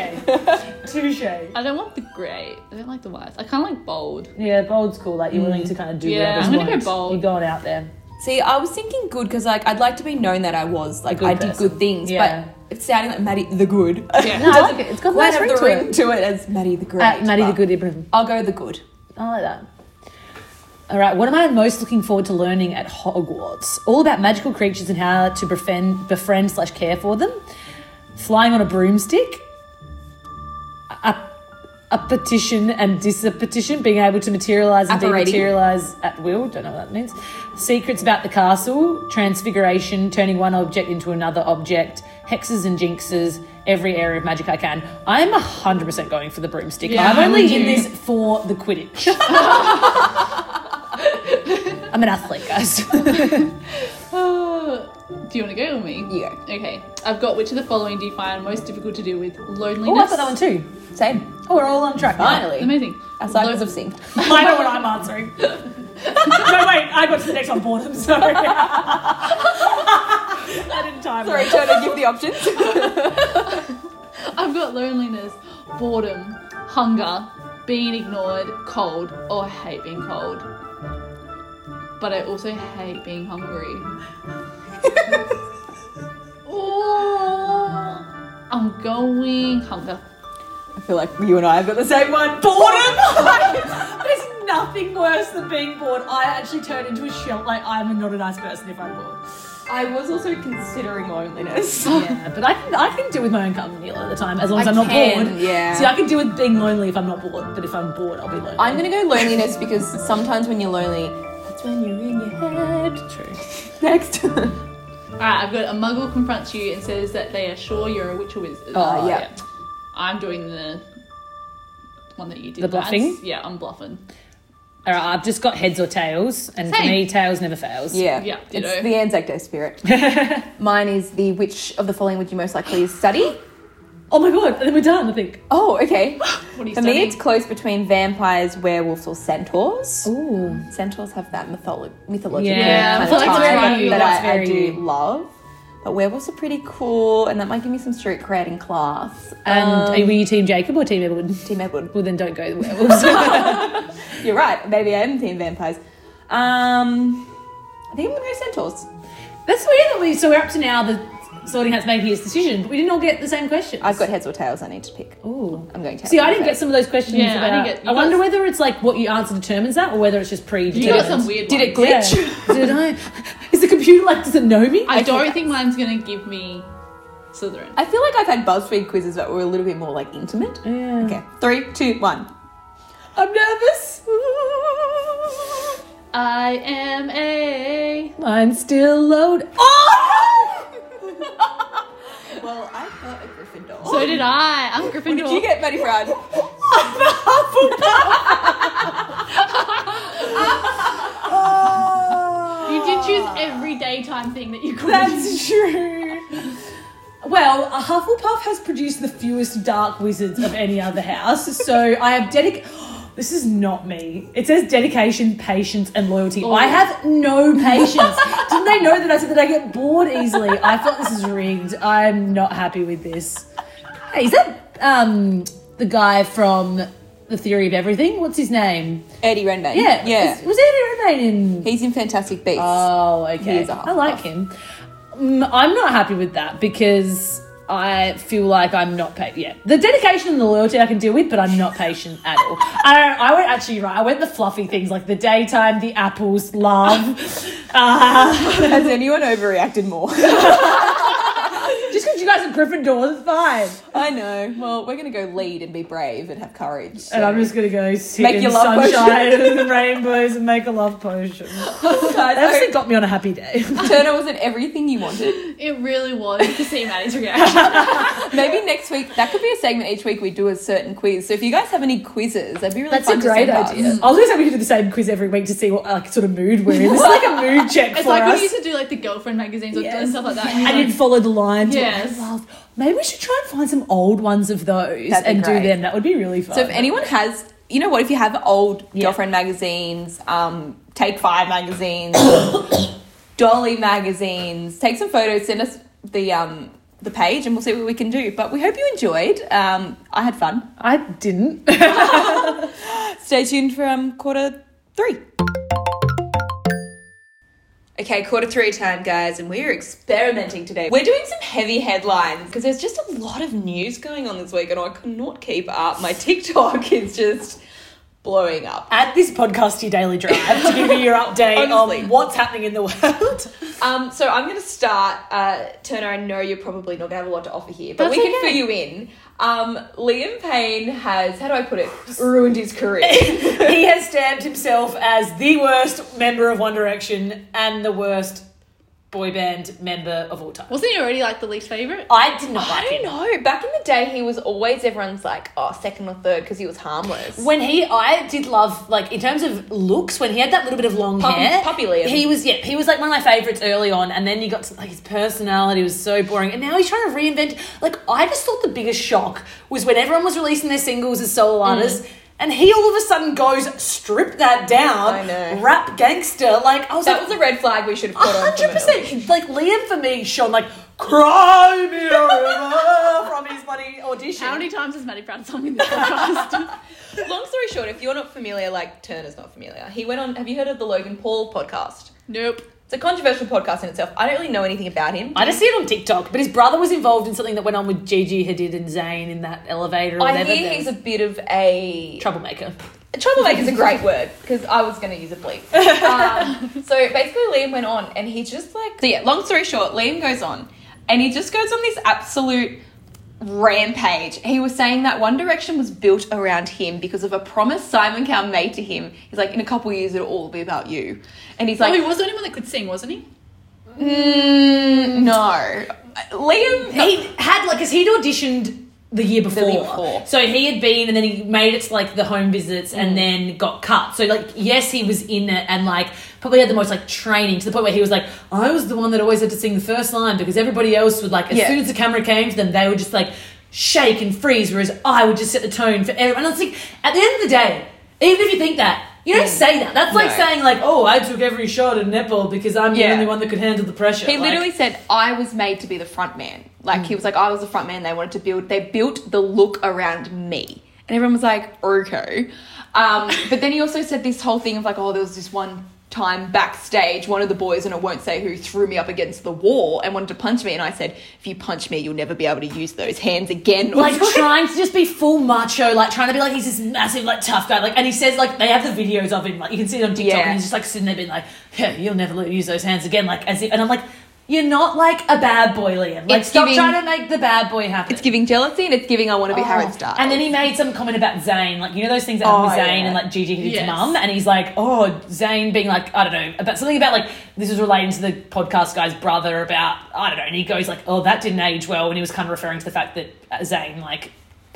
Touche.
I don't want the great. I don't like the wise. I kind of like bold.
Yeah, bold's cool. Like you're willing to kind of do
Mm. Yeah,
whatever's
I'm gonna go
wanted.
bold.
You're going out there.
See, I was thinking good because like I'd like to be known that I was like
good
I did
person.
good things,
Yeah.
but it's sounding like Maddie the good.
Yeah.
No, I like it. It's got a
Might
nice
have
ring
the
to
ring
it.
to it as Maddie the Great.
Uh, Maddie the
but
Good Ibrahim.
I'll go the good.
I like that. All right, what am I most looking forward to learning at Hogwarts? All about magical creatures and how to befriend, befriend slash care for them. Flying on a broomstick. A, a petition and disappetition, being able to materialize and
Apparating.
dematerialize at will. Don't know what that means. Secrets about the castle. Transfiguration, turning one object into another object. Hexes and jinxes. Every area of magic I can. I'm 100% going for the broomstick.
Yeah,
I'm
I
only
would
in
too.
this for the Quidditch. I'm an athlete, guys.
Oh, do you want to go with me?
You go.
Okay, I've got which of the following do you find most difficult to do with loneliness?
oh, I've got that one too.
Same.
Oh, we're all on track.
Finally.
Amazing.
Aside
Lo-
because of sync.
I know what I'm answering. no, wait, I got to the next one boredom, sorry. I didn't time
Sorry,
it.
do you want to give the options?
I've got loneliness, boredom, hunger, being ignored, cold, or I hate being cold. But I also hate being hungry. oh, I'm going hunger.
I feel like you and I have got the same one.
Boredom. There's nothing worse than being bored. I actually turn into a shell. Like I'm not a nice person if I'm bored.
I was also considering loneliness.
Yeah, but I can I can deal with my own company a lot of the time as long as
I
I am
can,
not bored.
yeah.
See, I can deal with being lonely if I'm not bored, but if I'm bored, I'll be lonely.
I'm gonna go loneliness because sometimes when you're lonely, that's when you're in your head. True. Next. oh
Alright, I've got a muggle confronts you and says that they are sure you're a witch or wizard.
Oh,
Uh, yeah.
I'm doing the one that you did.
The
Mads.
bluffing?
Yeah, I'm bluffing.
All right, I've just got heads or tails, and
Same.
tails never fails.
Yeah.
Yeah, ditto.
It's the Anzac Day spirit. Mine is the which of the following would you most likely study?
Oh my god, and then we're done. I think.
Oh, okay.
What are you
For me,
studying?
it's close between vampires, werewolves, or centaurs.
Ooh.
Centaurs have that mytholo- mythological
Yeah,
kind
I feel
of
like it's
tie
very you,
that
that's
I, I
very
do
you.
love. But werewolves are pretty cool, and that might give me some street cred in class.
And
Um,
are you team Jacob or team Edward?
Team Edward.
Well, then don't go the werewolves.
You're right. Maybe I am Team Vampires. Um, I think I'm gonna go Centaurs.
That's weird that we. So we're up to now the sorting hat's making his decision, but we didn't all get the same question.
I've got heads or tails. I need to pick.
Ooh.
I'm going tails.
See, I didn't get some of those questions.
Yeah, I didn't
about-
get- you got
I wonder
s-
whether it's like what you answer determines that, or whether it's just predetermined.
You got some weird
Did it
ones.
Yeah.
glitch?
Did I? Is the computer like? Does it know me?
I don't think mine's gonna give me Slytherin.
I feel like I've had BuzzFeed quizzes that were a little bit more like intimate.
Yeah.
Okay, three, two, one. I'm nervous.
I am a.
I'm still loaded.
Oh! well, I got a Gryffindor.
So did I. I'm Gryffindor.
did you get, Maddie Fran?
You did choose every daytime thing that you could.
That's true. Well, a Hufflepuff has produced the fewest dark wizards of any other house, so I have dedic. This is not me. It says dedication, patience, and loyalty. I have no patience. Didn't they know that I said that I get bored easily? I thought this is rigged. I'm not happy with this. Hey, is that um, the guy from The Theory of Everything? What's his name?
Eddie Redmayne.
Yeah.
yeah.
Was, was Eddie Redmayne in
He's in Fantastic Beasts.
Oh, okay.
is a
I like him. Mm, I'm not happy with that because I feel like I'm not patient. Yeah, the dedication and the loyalty I can deal with, but I'm not patient at all. I don't. I went actually you're right. I went the fluffy things like the daytime, the apples, love. uh,
Has anyone overreacted more?
just because you guys are Gryffindor, it's fine.
I know. Well, we're gonna go lead and be brave and have courage.
And I'm just gonna go sit
Make
in
your love
sunshine
potion.
and rainbows and make a love potion.
Guys,
That actually
I-
got me on a happy day.
Turner wasn't everything you wanted.
It really was to see Maddie's reaction.
Maybe next week that could be a segment each week we do a certain quiz. So if you guys have any quizzes, that'd be really
That's a
fun to
great
send us.
idea. I was gonna say we could do the same quiz every week to see what like sort of mood we're in. This is like a mood check
It's
for
like when
us.
we used to do like the girlfriend magazines or
Yes.
and stuff like that.
I didn't follow the lines.
Yes.
I love- Maybe we should try and find some old ones of those
That'd be
and do
great.
them. That would be really fun.
So if anyone has, you know what, if you have old
Yeah.
girlfriend magazines, um, Take Five magazines, Dolly magazines, take some photos, send us the um, the page, and we'll see what we can do. But we hope you enjoyed. Um, I had fun.
I didn't.
Stay tuned for um, quarter three. Okay, quarter three time, guys, and we're experimenting today. We're doing some heavy headlines because there's just a lot of news going on this week, and I cannot keep up. My TikTok is just blowing up.
Add this podcast to your daily drive to give you your update
Honestly.
on what's happening in the world.
Um, so I'm going to start. Uh, Turner, I know you're probably not going to have a lot to offer here, but
That's
we can
okay.
fill you in. Um, Liam Payne has, how do I put it, ruined his career.
he has stamped himself as the worst member of One Direction and the worst boy band member of all time.
Wasn't he already like the least favorite?
I did not like
I
him.
don't know. Back in the day, he was always everyone's like, oh, second or third because he was harmless.
When he, I did love like in terms of looks. When he had that little bit of long
Pup-
hair,
puppy Liam.
He was yeah, he was like one of my favorites early on, and then you got to, like his personality was so boring, and now he's trying to reinvent. Like I just thought the biggest shock was when everyone was releasing their singles as
Mm.
solo artists. And he all of a sudden goes, strip that down,
I know.
rap gangster. Like I was
that
like,
was a red flag we should have put on. from
hundred
early.
percent. Like Liam for me shone like Cry me a river from his bloody audition.
How many times has Maddie Brown sung in this podcast?
Long story short, if you're not familiar, like Turner's not familiar, he went on. Have you heard of the Logan Paul podcast?
nope.
It's a controversial podcast in itself. I don't really know anything about him.
I just see it on TikTok, but his brother was involved in something that went on with Gigi Hadid and Zayn in that elevator. Or
I
whatever.
hear
There
he's a
was-
bit of a
troublemaker.
troublemaker is a great word because I was going to use a bleep. Um, so basically, Liam went on and he just like so yeah. Long story short, Liam goes on and he just goes on this absolute rampage. He was saying that One Direction was built around him because of a promise Simon Cowell made to him. He's like, in a couple of years, it'll all be about you. And he's
Oh,
like,
he was the only one that could sing, wasn't he?
Mm, no. Liam.
he had like because he'd auditioned the year before.
year before. Mm.
So he had been, and then he made it to like the home visits, and then got cut. So like, yes, he was in it, and like probably had the most like training to the point where he was like, I was the one that always had to sing the first line because everybody else would like as
Yeah.
soon as the camera came to them, they would just like shake and freeze, whereas I would just set the tone for everyone. And I was like, at the end of the day, even if you think that. You don't say that. That's like
Mm. No.
saying like, "Oh, I took every shot at Nepal because I'm
Yeah.
the only one that could handle the pressure."
He
Like- Mm.
literally said, I was made to be the front man. Like, he was like, I was the front man. They wanted to build, they built the look around me. And everyone was like, okay. Um, but then he also said this whole thing of like, oh, there was this one time backstage, one of the boys, and I won't say who, threw me up against the wall and wanted to punch me. And I said, if you punch me, you'll never be able to use those hands again.
like trying to just be full macho, like trying to be like he's this massive, like tough guy. Like, and he says like they have the videos of him, like you can see it on TikTok,
Yeah.
and he's just like sitting there being like, yeah, "You'll never lo- use those hands again," like as if, and I'm like, "You're not like a bad boy, Liam. Like,
It's
stop
giving-
trying to make the bad boy happen."
it's giving jealousy and it's giving, I want to be Harriet Styles.
Oh. And then he made some comment about Zayn, like you know those things that happened
Oh,
with Zayn
yeah.
and like Gigi Hadid's
Yes.
mum, and he's like, oh, Zayn being like, I don't know, about something about like this is relating to the podcast guy's brother about I don't know, and he goes like, oh, that didn't age well, and he was kind of referring to the fact that uh, Zayn like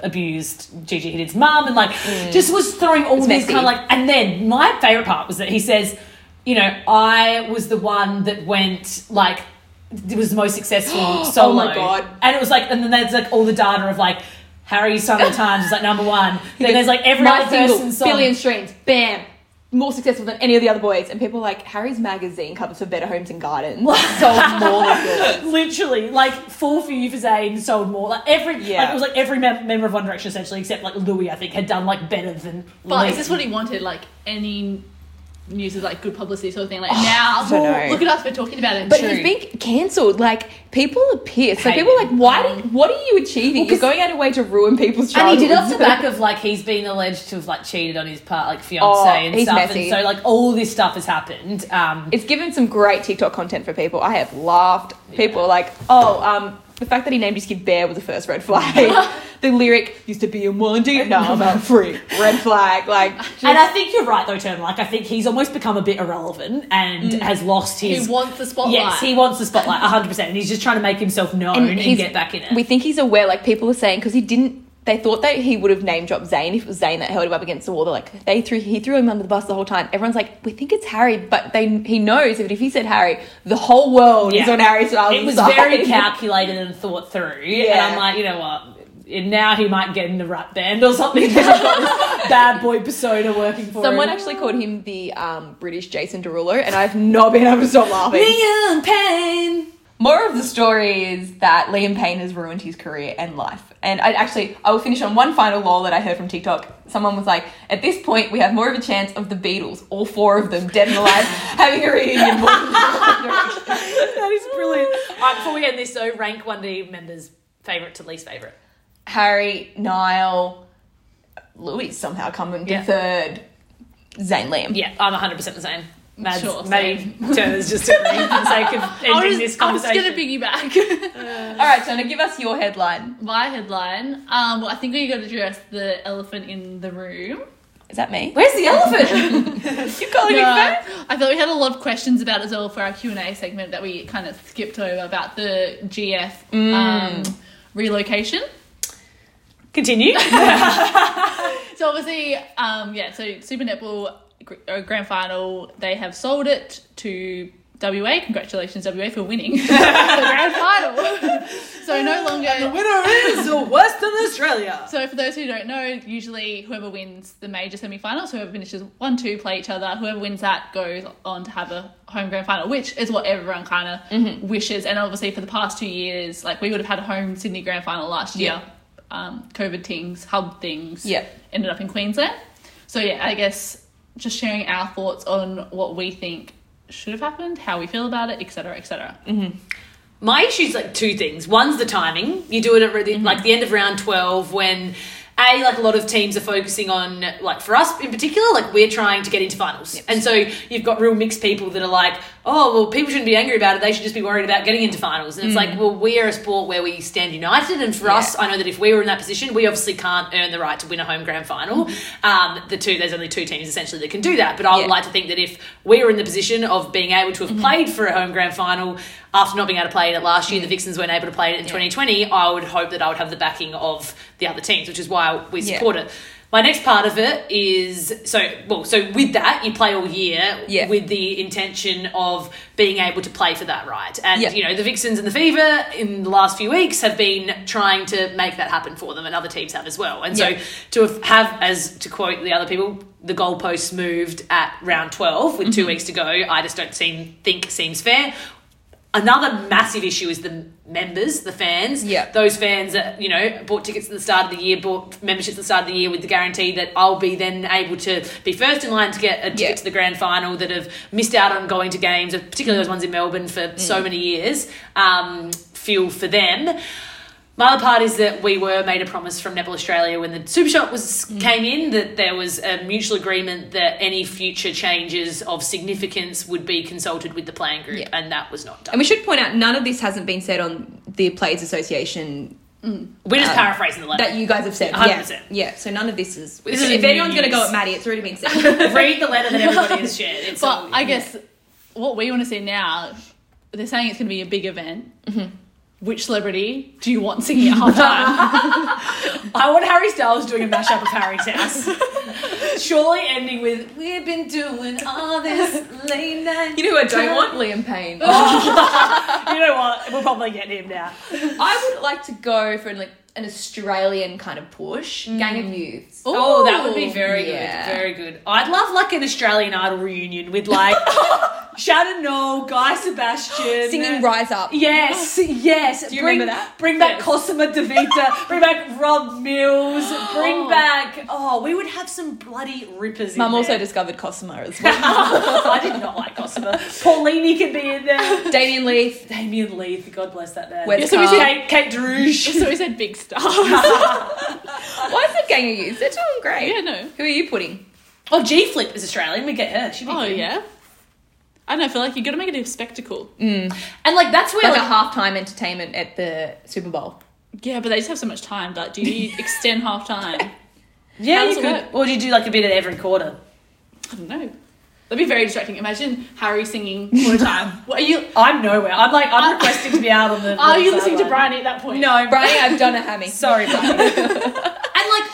abused Gigi Hadid's mum and like just was throwing all
Mm. It's
these kind of
messy.
like, and then my favorite part was that he says, you know, I was the one that went like. It was the most successful solo.
God.
And it was like, and then there's like all the data of like Harry Summer Times is like number one. Then
goes,
there's like every
my
other
single,
person's song.
billion streams, bam, more successful than any of the other boys. And people are like, Harry's magazine covers for Better Homes and Gardens sold more than yours.
Literally, like four for you for Zayn sold more. Like every,
Yeah.
like, it was like every mem- member of One Direction essentially, except like Louis, I think, had done like better than.
But is
Liam.
this what he wanted? Like any news is like good publicity sort of thing. Like
Oh,
now,
don't
well,
know.
look at us, we're talking about it.
But
True.
he's being cancelled. Like people are pissed. Like
Hate
people are
him.
like, why? Do, what are you achieving? You're
'cause-
going out of way to ruin people's.
and he did off
childhoods.
the back of like he's been alleged to have like cheated on his part like fiance
Oh,
and
he's
stuff,
messy.
and so like all this stuff has happened. Um,
It's given some great TikTok content for people. I have laughed. People are like, oh, um, the fact that he named his kid Bear was the first red flag. the lyric used to be in one deep. Now I'm out free. Red flag. Like,
and I think you're right though, Turner. Like I think he's almost become a bit irrelevant and has lost his
he wants the spotlight.
Yes, he wants the spotlight, 100%. And he's just trying to make himself known and,
he's-
get back in it.
We think he's aware, like people are saying, because he didn't. They thought that he would have name dropped Zayn if it was Zayn that held him up against the wall. They're like, they threw he threw him under the bus the whole time. Everyone's like, we think it's Harry, but they he knows that if he said Harry, the whole world is
Yeah.
on Harry's side.
it was very calculated and thought through. And
Yeah.
I'm like, you know what? And now he might get in the rap band or something. 'cause he's got this bad boy persona working for
Someone
him.
actually called him the um, British Jason Derulo, and I've not been able to stop laughing.
Liam Payne.
More of the story is that Liam Payne has ruined his career and life. And I actually, I will finish on one final law that I heard from TikTok. Someone was like, at this point, we have more of a chance of the Beatles, all four of them, dead and alive, having a reunion. more than One Direction.
That is brilliant. All right, before we end this, though, rank 1D members' favourite to least favourite.
Harry, Niall, Louis somehow come in
Yeah.
third. Zayn Liam.
Yeah, I'm 100% the same. Mads,
Sure, same.
Maddie Turner's just agreeing for the sake of
I'll
ending
just-
this
I'm just
conversation.
gonna piggyback.
All right, Tona, give us your headline.
My headline. Um, well, I think we got to address the elephant in the room.
Is that me? Where's the elephant? you calling me fat?
Yeah. I thought we had a lot of questions about as well for our Q and A segment that we kind of skipped over about the GF um, relocation.
Continue.
So obviously, um, yeah. So Super Netball gr- uh, Grand Final, they have sold it to WA. Congratulations, WA, for winning the grand final. so no longer.
winner is Western Australia.
So for those who don't know, usually whoever wins the major semi-finals, whoever finishes one, two, play each other. Whoever wins that goes on to have a home grand final, which is what everyone kind of wishes. And obviously, for the past two years, like we would have had a home Sydney grand final last year. Um, COVID things, hub things,
Yeah.
ended up in Queensland. So yeah, I guess just sharing our thoughts on what we think should have happened, how we feel about it, etc., etc.
My issue's like two things. One's the timing. You do it at really, like the end of round twelve when. A, like a lot of teams are focusing on, like for us in particular, like we're trying to get into finals. And so you've got real mixed people that are like, oh, well, people shouldn't be angry about it. They should just be worried about getting into finals. And it's like, well, we are a sport where we stand united. And for us, I know that if we were in that position, we obviously can't earn the right to win a home grand final. Um, the two, there's only two teams essentially that can do that. But I would
Yeah. Mm-hmm.
like to think that if we were in the position of being able to have played for a home grand final after not being able to play in it last
Mm.
year, the Vixens weren't able to play it in 2020, I would hope that I would have the backing of the other teams, which is why we
Yeah.
support it. My next part of it is so well. So with that, you play all year
Yeah.
with the intention of being able to play for that right. And
Yeah.
you know, the Vixens and the Fever in the last few weeks have been trying to make that happen for them, and other teams have as well. And
Yeah.
so to have, as to quote the other people, the goalposts moved at round twelve with
Mm-hmm.
two weeks to go, I just don't seem think seems fair. Another massive issue is the members, the fans.
Yeah.
Those fans that, you know, bought tickets at the start of the year, bought memberships at the start of the year with the guarantee that I'll be then able to be first in line to get a ticket
Yeah.
to the grand final that have missed out on going to games, particularly those ones in Melbourne for
Mm.
so many years. Um, feel for them. My other part is that we were made a promise from Nepal Australia when the Super Shop was
Mm.
came in that there was a mutual agreement that any future changes of significance would be consulted with the playing group,
Yeah.
and that was not done.
And we should point out none of this hasn't been said on the Players Association
We're just
um,
paraphrasing the letter.
that you guys have said.
100%.
Yeah. yeah. So none of this is.
This is
if anyone's going to go
news.
at Maddie, it's already been said.
Read the letter that everybody has shared. It's
But
all-
I guess what we want to see now, they're saying it's going to be a big event.
Mm-hmm.
Which celebrity do you want singing at halftime?
I want Harry Styles doing a mashup of Harry's house. Surely ending with "We've been doing all this late night." Oh.
you know who I don't want? Liam Payne.
You know what? uh, We'll probably get him now.
I would like to go for like an Australian kind of push. Gang of youths.
Mm. Oh, that would be
Ooh.
very
yeah.
good. Very good. I'd love like an Australian Idol reunion with like Shannon Knoll, Guy Sebastian Uh,
Singing Rise Up.
Yes, yes. Do
you
bring,
remember that?
Bring back Cosima DeVita. bring back Rob Mills. Bring back. Oh, we would have some bloody rippers.
Mum
in
also
there.
discovered Cosmo as well.
I did not like Cosima. Paulini could be in there.
Damien Leith.
Damien Leith, God bless that man.
Wes
Yeah, so we
Carr.
Kate, Kate Druge.
so we said big stars.
Why is it Gang of Youths? They're doing great.
yeah, no.
Who are you putting?
Oh, G Flip is Australian. We get her. She'd be
Oh
good.
yeah. I don't know, I feel like you gotta make it a spectacle.
And like that's where
Mm. Like a
like,
halftime entertainment at the Super Bowl.
Yeah, but they just have so much time. Like, do you extend half time?
Yeah,
How
you
does it
could.
work?
Or do you do like a bit at every quarter?
I don't know. That'd be very distracting. Imagine Harry singing all the time. What are you
I'm nowhere. I'm like I'm requesting to be out on the.
are
the
you listening to
sideline.
Brian at that point?
No, Brian, I've done a hammy.
Sorry, Brian. and like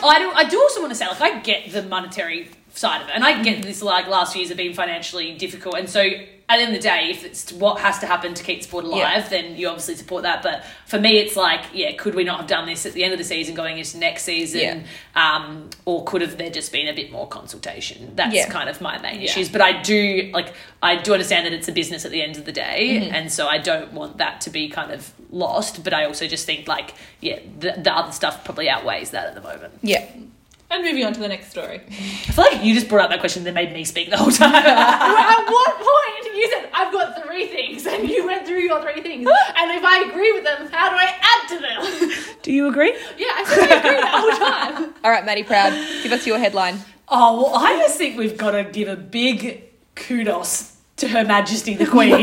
I do, I do also want to say like I get the monetary side of it, and I get this like last few years have been financially difficult, and so at the end of the day, if it's what has to happen to keep the sport alive,
Yeah.
then you obviously support that. But for me, it's like yeah, could we not have done this at the end of the season, going into next season, um, or could have there just been a bit more consultation? That's
Yeah.
kind of my main issues. But I do like I do understand that it's a business at the end of the day, and so I don't want that to be kind of lost. But I also just think like yeah, the, the other stuff probably outweighs that at the moment.
Yeah.
And moving on to the next story.
I feel like you just brought up that question that made me speak the whole time.
at what point you said I've got three things and you went through your three things and if I agree with them, how do I add to them?
do you agree?
yeah, I said I agree the whole time.
All right, Maddie Proud, give us your headline.
Oh, well, I just think we've got to give a big kudos to Her Majesty the Queen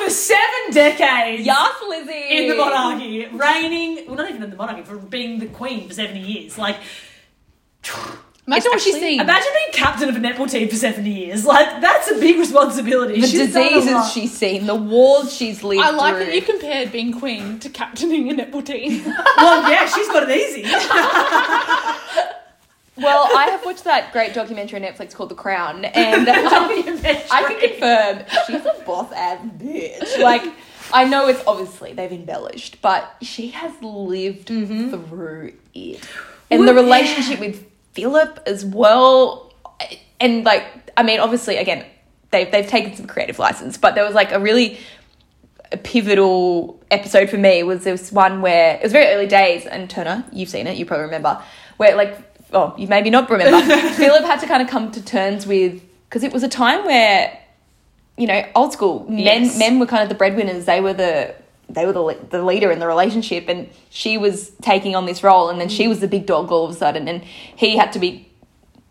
for seven decades
Yes, Lizzie.
in the monarchy, reigning, well, not even in the monarchy, for being the Queen for 70 years. Like,
Imagine
what she's seen.
imagine being captain of a netball team for 70 years. Like, that's a big responsibility.
The
She's done a lot.
diseases she's seen, the wars she's lived
I like
through.
that you compared being queen to captaining a netball team.
Well, yeah, she's got it easy.
Well, I have watched that great documentary on Netflix called The Crown, and I can confirm she's a boss ass bitch. Like, I know it's obviously they've embellished, but she has lived
Mm-hmm.
through it. And the relationship with Philip as well. And, like, I mean, obviously, again, they've, they've taken some creative license, but there was like a really a pivotal episode for me was this one where it was very early days and Turner, you've seen it, you probably remember, where like oh, you maybe not remember. Philip had to kind of come to terms with because it was a time where you know, old school men
Yes.
men were kind of the breadwinners. They were the they were the, le- the leader in the relationship and she was taking on this role and then she was the big dog all of a sudden and he had to be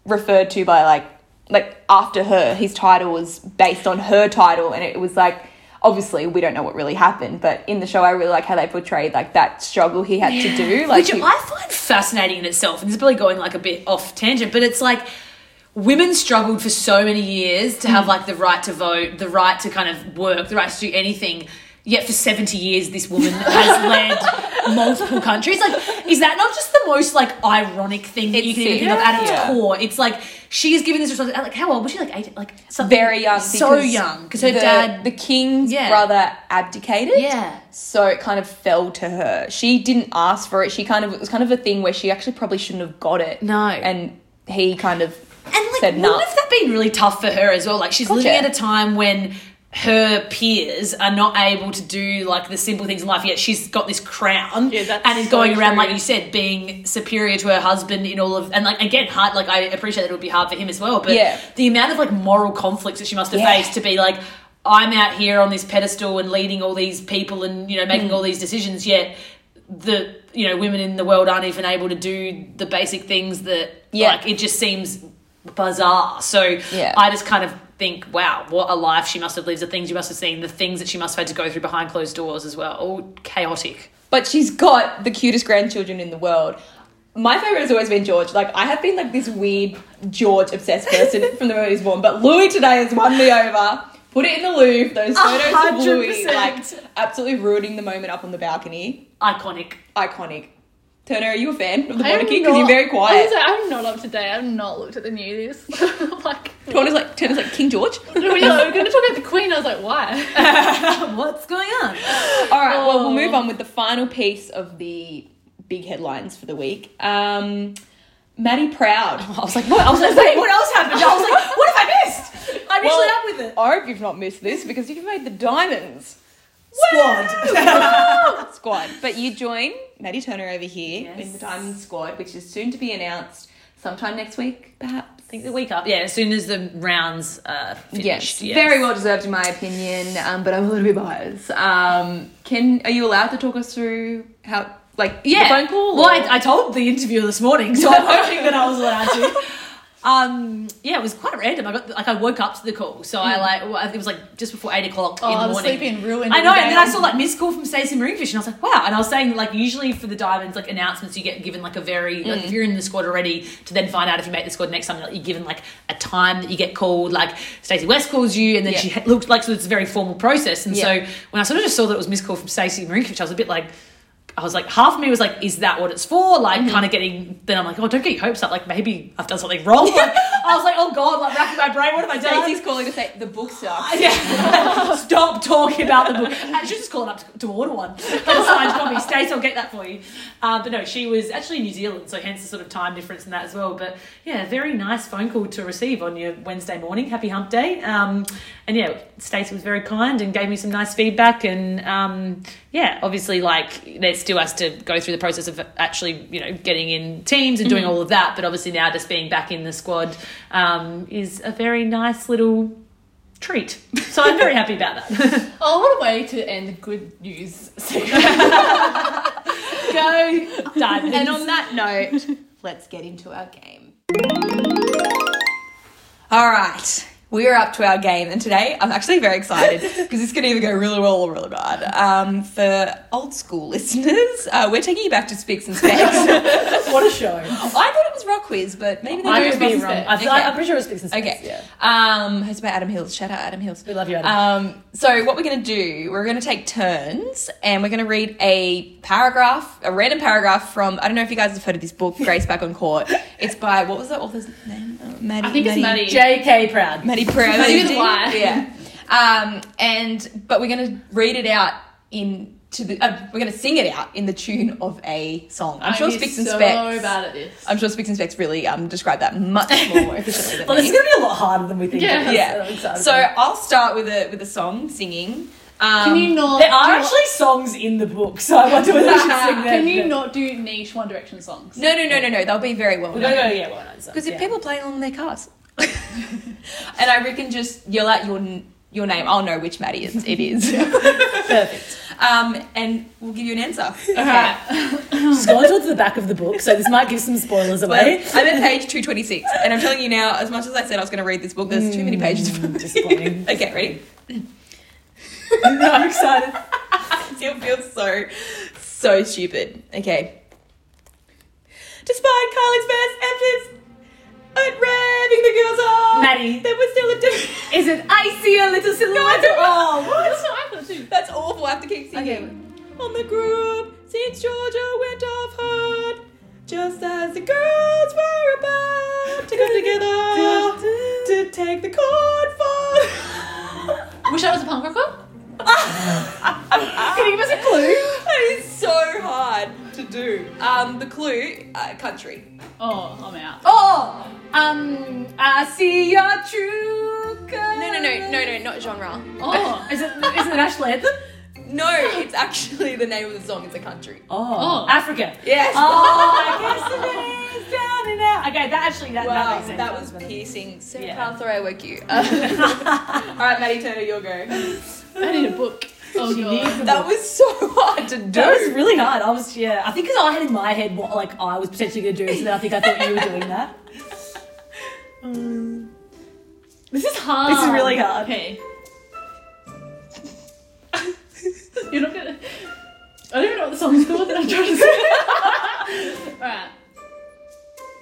referred to by like like after her his title was based on her title and it was like obviously we don't know what really happened but in the show i really like how they portrayed like that struggle he had to do like
Which
he-
I find fascinating in itself. And it's probably going like a bit off tangent, but it's like women struggled for so many years to
Mm.
have like the right to vote, the right to kind of work, the right to do anything. Yet for 70 years, this woman has led multiple countries. Like, is that not just the most like ironic thing that you
It's
can even think of
sick.
at its
Yeah.
core? It's like she is given this responsibility. Like, how old was she? Like eight? Like something
very young
so
because
young because her
the-
dad.
the king's
Yeah.
brother abdicated
yeah.
so it kind of fell to her she didn't ask for it she kind of it was kind of a thing where she actually probably shouldn't have got it
No.
and he kind of
And like,
said
wouldn't
no
have that been really tough for her as well? Like, she's living
Gotcha.
at a time when her peers are not able to do like the simple things in life. Yet she's got this crown
Yeah, that's
and is
so
going around,
true.
like you said, being superior to her husband in all of and like again, hard. Like I appreciate that it would be hard for him as well, but
Yeah.
the amount of like moral conflicts that she must have
Yeah.
faced to be like. I'm out here on this pedestal and leading all these people and you know making all these decisions yet the you know women in the world aren't even able to do the basic things that
Yeah.
like it just seems bizarre so
Yeah.
i just kind of think wow what a life she must have lived the things you must have seen the things that she must have had to go through behind closed doors as well all chaotic
but she's got the cutest grandchildren in the world. My favorite has always been George. Like I have been like this weird George obsessed person from the moment he was born, but Louis today has won me over. Put it in the Louvre. Those photos of Louis,
100%.
like absolutely ruining the moment up on the balcony.
iconic
Iconic. Turner, are you a fan of the
I am
monarchy? Because
not-
you're very
I
quiet.
was like, I'm not up to date. I've not looked at the news. like,
Turner's like Turner's like King George.
when you're like, we're going to talk about the Queen. I was like, why?
what's going on
All right, well, we'll move on with the final piece of the big headlines for the week. Um, Maddie Proud. I was like, what? I was like, wait, what else happened? I was like, what have I missed? I'm
usually up with it.
I hope you've not missed this because you've made the diamonds
squad
squad. But you join Maddie Turner over here in the diamond squad, which is soon to be announced sometime next week, perhaps.
I think the week up yeah as soon as the rounds uh finished
Yes,
yes.
very well deserved in my opinion, um, but I'm a little bit biased. Um, can are you allowed to talk us through how, like,
yeah.
the phone call?
Well,
or-
I, I told the interviewer this morning, so I'm hoping that I was allowed to. Um, yeah, it was quite random. I got like I woke up to the call, so
Hmm.
I like well, I think it was like just before eight o'clock
Oh,
in the
I was
morning.
sleeping ruined.
I know,
the
and then I
day.
saw like missed call from Stacey Mariefish, and I was like, wow. And I was saying like usually for the diamonds like announcements, you get given like a very
Hmm.
like if you're in the squad already to then find out if you make the squad next time, like, you're given like a time that you get called. Like Stacey West calls you, and then
Yeah.
she ha- looked like so it's a very formal process. And
Yeah.
so when I sort of just saw that it was missed call from Stacey Mariefish, I was a bit like. I was like, half of me was like, is that what it's for? Like, kind of getting. Then I'm like, oh, don't get your hopes up. Like, maybe I've done something wrong. Like, I was like, oh god, like racking my brain. What have I done?
Daisy's calling to say the book sucks.
Yeah. Stop talking about the book. I should just call it up to, to order one. Get a signed copy. Stace, I'll get that for you. Uh, but no, she was actually in New Zealand, so hence the sort of time difference in that as well. But yeah, very nice phone call to receive on your Wednesday morning. Happy hump day. Um, and yeah, Stacey was very kind and gave me some nice feedback. And um, yeah, obviously, like, there still has to go through the process of actually, you know, getting in teams and doing all of that. But obviously, now just being back in the squad um, is a very nice little treat. So I'm very happy about that.
Oh, what a way to end the good news segment.
Go diamonds.
And on that note, let's get into our game. All right, We are up to our game, and today I'm actually very excited because this could either go really well or really bad. Um, for old school listeners, uh, we're taking you back to Spics and Specs. Oh,
What a show.
I thought it was Rock Quiz, but maybe they
I
do
could
Rock
be
Quiz.
wrong. I feel,
Okay.
I'm pretty sure it was Spics and Specks.
Okay.
Yeah.
Um, hosted by Adam Hills. Shout out Adam Hills.
We love you,
Adam. Um, so what we're gonna do? We're gonna take turns, and we're gonna read a paragraph, a random paragraph from. I don't know if you guys have heard of this book, Grace Back on Court. It's by what was the author's name? Oh, Maddie.
I think it's Maddie.
JK Proud.
Maddie Prayer.
Maddie with a
D.
Y.
Yeah. Um, and but we're gonna read it out in. To the, uh, we're gonna sing it out in the tune of a song. I'm, sure
I'd be
Spicks and
so
Specks.
bad at this.
I'm sure Spicks and Specks really um, describe that much more efficiently than
Well,
me
this is going to be a lot harder than we think.
Yeah.
it is.
yeah.
I'm excited.
So I'll start with a with a song singing. Um,
Can you not?
there are
do-
actually songs in the book, so I wonder whether we should sing them.
Can you not do niche One Direction songs?
No, no, no, no, no. They'll be very well
We're going to
known
go, yeah, well, no,
because if
yeah.
people play along their cars, and I reckon just yell out your n- your name, I'll know which Maddie it, it is.
Perfect.
um, and we'll give you an answer.
Alright.
She's gone towards the back of the book, so this might give some spoilers away.
I'm at page 226, and I'm telling you now, as much as I said I was going to read this book, there's too many pages. for me.
disappointing.
okay, ready?
I'm excited.
still feel so, so stupid. Okay. Despite Carly's best efforts at revving the girls on,
Maddie.
there was still a difference.
Is it icy a little silhouette? Oh,
That's what I thought too.
That's awful. I have to keep singing.
Okay.
On the group, since Georgia went off hard, just as the girls were about to come together to take the court for.
Wish I was a punk rocker.
Can you give us a clue? That is so hard to do. Um, the clue, uh, country.
Oh, I'm out.
Oh, um, I see your true colors.
No, no, no, no, no, not genre.
Oh.
Is it, is it a national anthem?
No, it's actually the name of the song. It's a country.
Oh,
Oh.
Africa.
Yes.
Oh, I guess the name's down and out. Okay, that actually, that, that
Wow,
makes sense.
that was piercing. Sarah
Yeah.
Carl, sorry I woke you. All right, Maddie Turner, your go.
I need a book. Oh
She
god.
needs a
That
book.
was so hard to do.
That was really hard. I was, yeah. I think because I had in my head what like I was potentially going to do, so then I think I thought you were doing that.
This is hard.
This is really hard.
Okay. You're not gonna. I don't even know what the song's called that I'm trying to sing. Alright.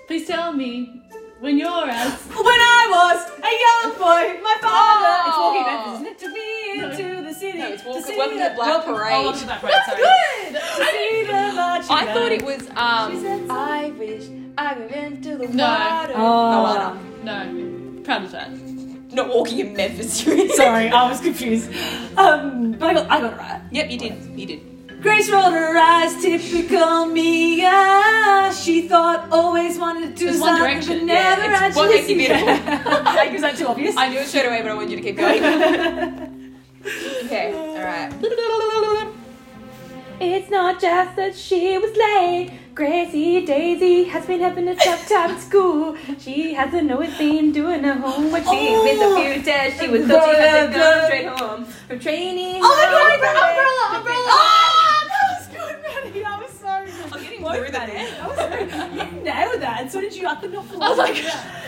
Please tell me when you're out.
When I was a young boy, my father. It's walking
Oh.
Memphis, isn't it? To me into the city.
No, it's Walk-
see
Welcome to the Black
welcome-
Parade.
Oh, welcome to the Black Parade. sorry.
good.
To see the marching
I thought
band.
it was.
She
Um,
said so.
I wish I went into the
No.
water.
Oh.
Moana.
No. Proud of that.
Not walking in Memphis. you idiot.
Sorry, I was confused. Um, but I got, I got it right.
Yep, you did. You did.
Grace rolled her eyes, typical me. Yeah, she thought always wanted to do
It's One
something, but
Direction.
never
Yeah, it's
actually.
what makes you
succeeded.
beautiful.
Like, was that too obvious?
I knew it straight away, but I wanted you to keep going. okay. All right.
It's not just that she was late. Gracie Daisy has been having a tough time at school. She hasn't always been doing her homework. She
Oh.
missed a few tests. She was so she wasn't going straight home from training. Oh,
Oh my god, the
Friday.
umbrella, umbrella! Ah, that was good, Maddie. That was so good.
I'm getting
Both
through the
Maddie.
net.
That was very You nailed that. And so did you. I could not fall.
I was like,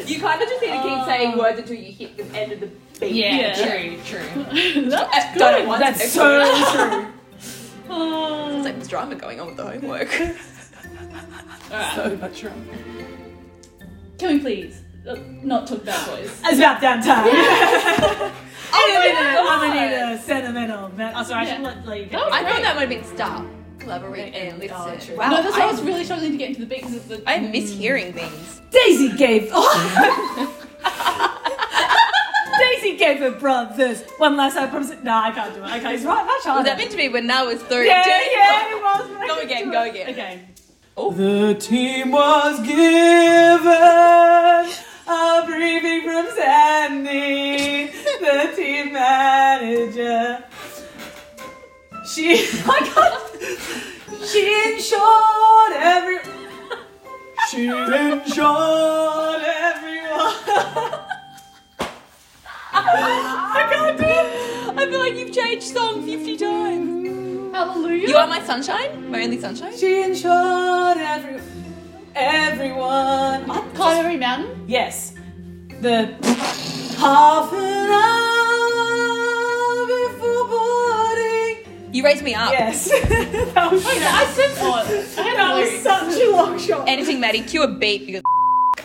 you kind of just need to keep
Oh.
saying words until you hit the end of the beat.
Yeah.
true, true.
That's
I've done it once.
That's
excellent.
so true.
It's like there's drama going on with the homework.
Alright.
So much true.
Can we please uh, not talk about boys?
It's about damn time.
Oh my
I'm gonna- I'm
God.
gonna need a sentimental man. Oh, sorry, I should let leave.
That was
I thought
great.
that would have been stop, collaborate, and listen.
Oh, true.
Wow,
no, that's why I
I,
was really struggling to get into the beat because of the.
Hmm.
I'm mishearing things.
Daisy gave. Daisy gave her brothers one last time. I promise. it- Nah, I can't do it. Okay, he's right. Much harder.
Was that meant to be when I was 13?
Oh, yeah, yeah, it was. but I
Oh. Go
couldn't
again,
do
go
it.
again. Oh.
Okay.
The team was given.
A briefing from Sandy, the team manager. She, I got, she insured every,
She ensured everyone.
I can't do it.
I feel like you've changed song 50 times.
Hallelujah.
You are my sunshine, oh, my only sunshine.
She insured every, everyone.
Can't every mountain.
Yes, the,
half an hour before boarding.
You raised me up.
Yes. that was,
I said what? I had
that
a
was
lyric.
such a long shot.
Anything, Maddie, cue a beat because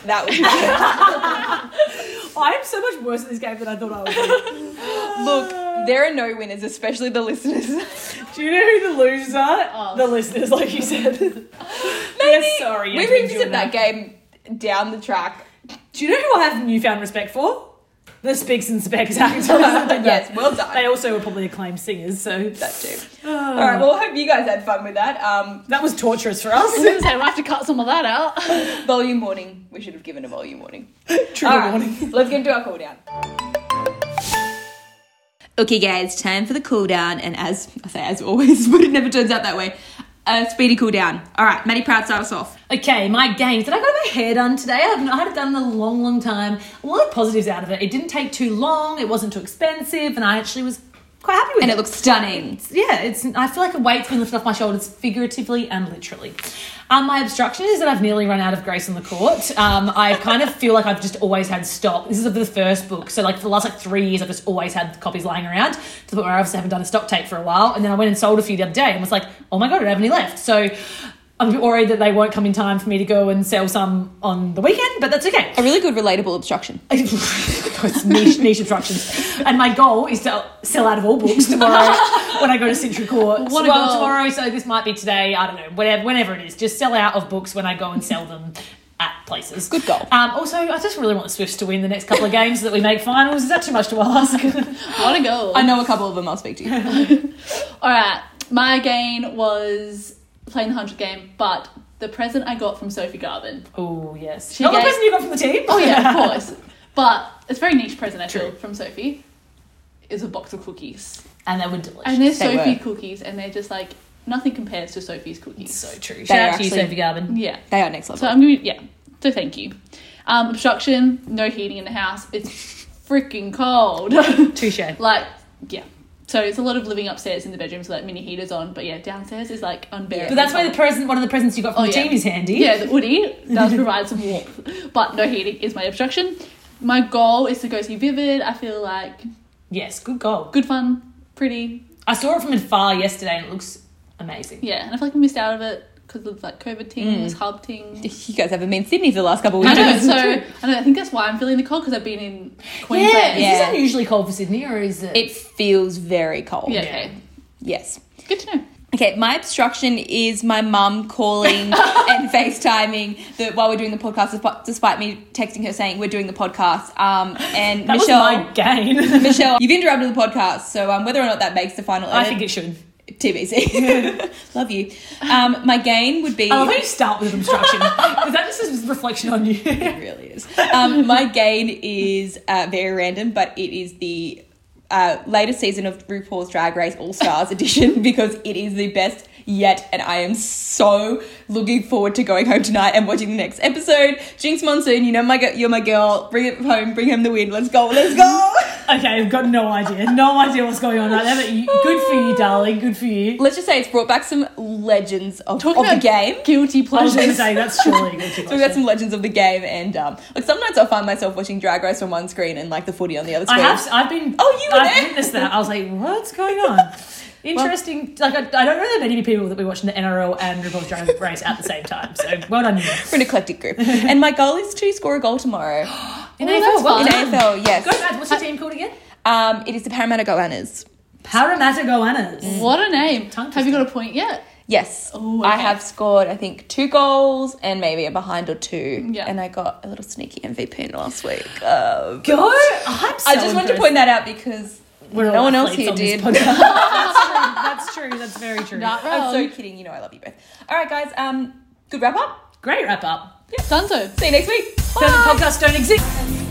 that was
I'm so much worse at this game than I thought I was.
Look, there are no winners, especially the listeners.
Do you know who the losers are?
Oh.
The listeners, like you said. Maybe. Yes, sorry.
we
you didn't do
revisit that
enough.
game down the track.
Do you know who I have newfound respect for? The Spigs and Specs actors. that did that.
yes, well done.
They also were probably acclaimed singers, so
That too. All right. Well, hope you guys had fun with that. Um,
that was torturous for us.
I might have to cut some of that out.
volume warning. We should have given a volume warning.
Trigger
All right,
warning.
Let's get into our cool down. Okay, guys, time for the cool down. And as I say, as always, but it never turns out that way. A speedy cool down. All right, Maddie Proud, start us off.
Okay, my games. Did I go my hair done today? I've not had it done in a long, long time. A lot of positives out of it. It didn't take too long. It wasn't too expensive, and I actually was quite happy with
And
it.
it looks stunning.
yeah, it's. I feel like a weight's been lifted off my shoulders, figuratively and literally. Um, my obstruction is that I've nearly run out of grace on the court. Um, I kind of feel like I've just always had stock. This is of the first book, so like for the last like three years, I've just always had copies lying around to the point where I obviously haven't done a stock take for a while. And then I went and sold a few the other day and was like, oh my god, I don't have any left. So. I'm a bit worried that they won't come in time for me to go and sell some on the weekend, but that's okay.
A really good relatable obstruction.
it's niche, niche obstructions. And my goal is to sell out of all books tomorrow when I go to Central Court.
What a
well,
goal.
tomorrow, so this might be today. I don't know. Whatever, whenever it is, just sell out of books when I go and sell them at places.
Good goal.
Um, also, I just really want the Swifts to win the next couple of games so that we make finals. Is that too much to ask?
What a goal.
I know a couple of them. I'll speak to you.
All right, my gain was playing the hundred game, but the present I got from Sophie Garvin.
oh yes.
She
Not the
gave-
person you got from the team.
Oh yeah, of course. But it's a very niche present I feel from Sophie. Is a box of cookies,
And they were delicious.
and they're
They
Sophie
were.
cookies, and they're just like nothing compares to Sophie's cookies.
so true.
They
Shout out
are
to you,
actually-
Sophie Garvin.
Yeah.
They are next level.
So I'm gonna yeah. So thank you. Um, obstruction, no heating in the house. It's freaking cold.
Touche.
like yeah. So it's a lot of living upstairs in the bedroom, so like mini heaters on. But yeah, downstairs is like unbearable.
But that's why the present, one of the presents you got from
Oh,
the
yeah.
team is handy.
Yeah, the hoodie does provide some warmth, but no heating is my obstruction. My goal is to go see Vivid. I feel like
Yes, good goal.
good fun, pretty,
I saw it from afar yesterday and it looks amazing.
yeah. And I feel like I missed out of it because of like COVID things,
Mm.
hub things.
you guys haven't been in Sydney for the last couple of
I
weeks.
know, so I know. I think that's why I'm feeling the cold because I've been in Queensland.
Is
Yeah.
this unusually cold for Sydney or is it?
It feels very cold.
Yeah, okay.
Yes.
Good to know.
Okay, my obstruction is my mum calling and FaceTiming that while we're doing the podcast, desp- despite me texting her saying we're doing the podcast. Um, and
that
Michelle,
was my gain.
Michelle, you've interrupted the podcast, so um, whether or not that makes the final
I
edit,
think it should.
TBC. Love you. Um, my gain would be.
I love how you start with an obstruction. is that just a reflection on you?
It really is. Um, my gain is uh, very random, but it is the uh, latest season of RuPaul's Drag Race All Stars edition because it is the best yet, and I am so looking forward to going home tonight and watching the next episode. Jinx Monsoon, you know my gi- you're my girl. Bring it home, bring home the win. Let's go, let's go.
okay, I've got no idea. No idea what's going on right there, but you, good for you, darling. Good for you.
Let's just say it's brought back some legends of,
Talking
of the
about
game.
Guilty
I was going to
pleasures.
say, that's surely good
So we got some legends of the game, and um, like sometimes I find myself watching Drag Race on one screen and like the footy on the other
I
screen.
have, I've been,
Oh, you were
I've
there.
witnessed that. I was like, what's going on? Interesting. like, I, I don't know that many people that we watch in the NRL and RuPaul's Drag Race at the same time. So, well done, you.
We're an eclectic group. and my goal is to score a goal tomorrow.
In
Oh, that's
AFL, well
fun.
In
done.
AFL,
Go
yes.
Mads, what's your team called again?
Um, it is the Parramatta Goannas.
Parramatta Goannas.
what a name!
Tongue
Have you got a point yet?
Yes.
Oh,
I
okay.
have scored, I think, two goals and maybe a behind or two.
Yeah.
And I got a little sneaky MVP in last week. Um,
Go. I'm so
I just wanted to
impressed.
point that out because
We're
no
all
one else
athletes
here
on this
did.
podcast. that's true. That's true. That's very true.
Not
I'm
wrong.
so kidding. You know I love you both. All right, guys. Um, good wrap up.
Great wrap up.
Dunzo.
See you next week.
Perfect podcasts don't exist.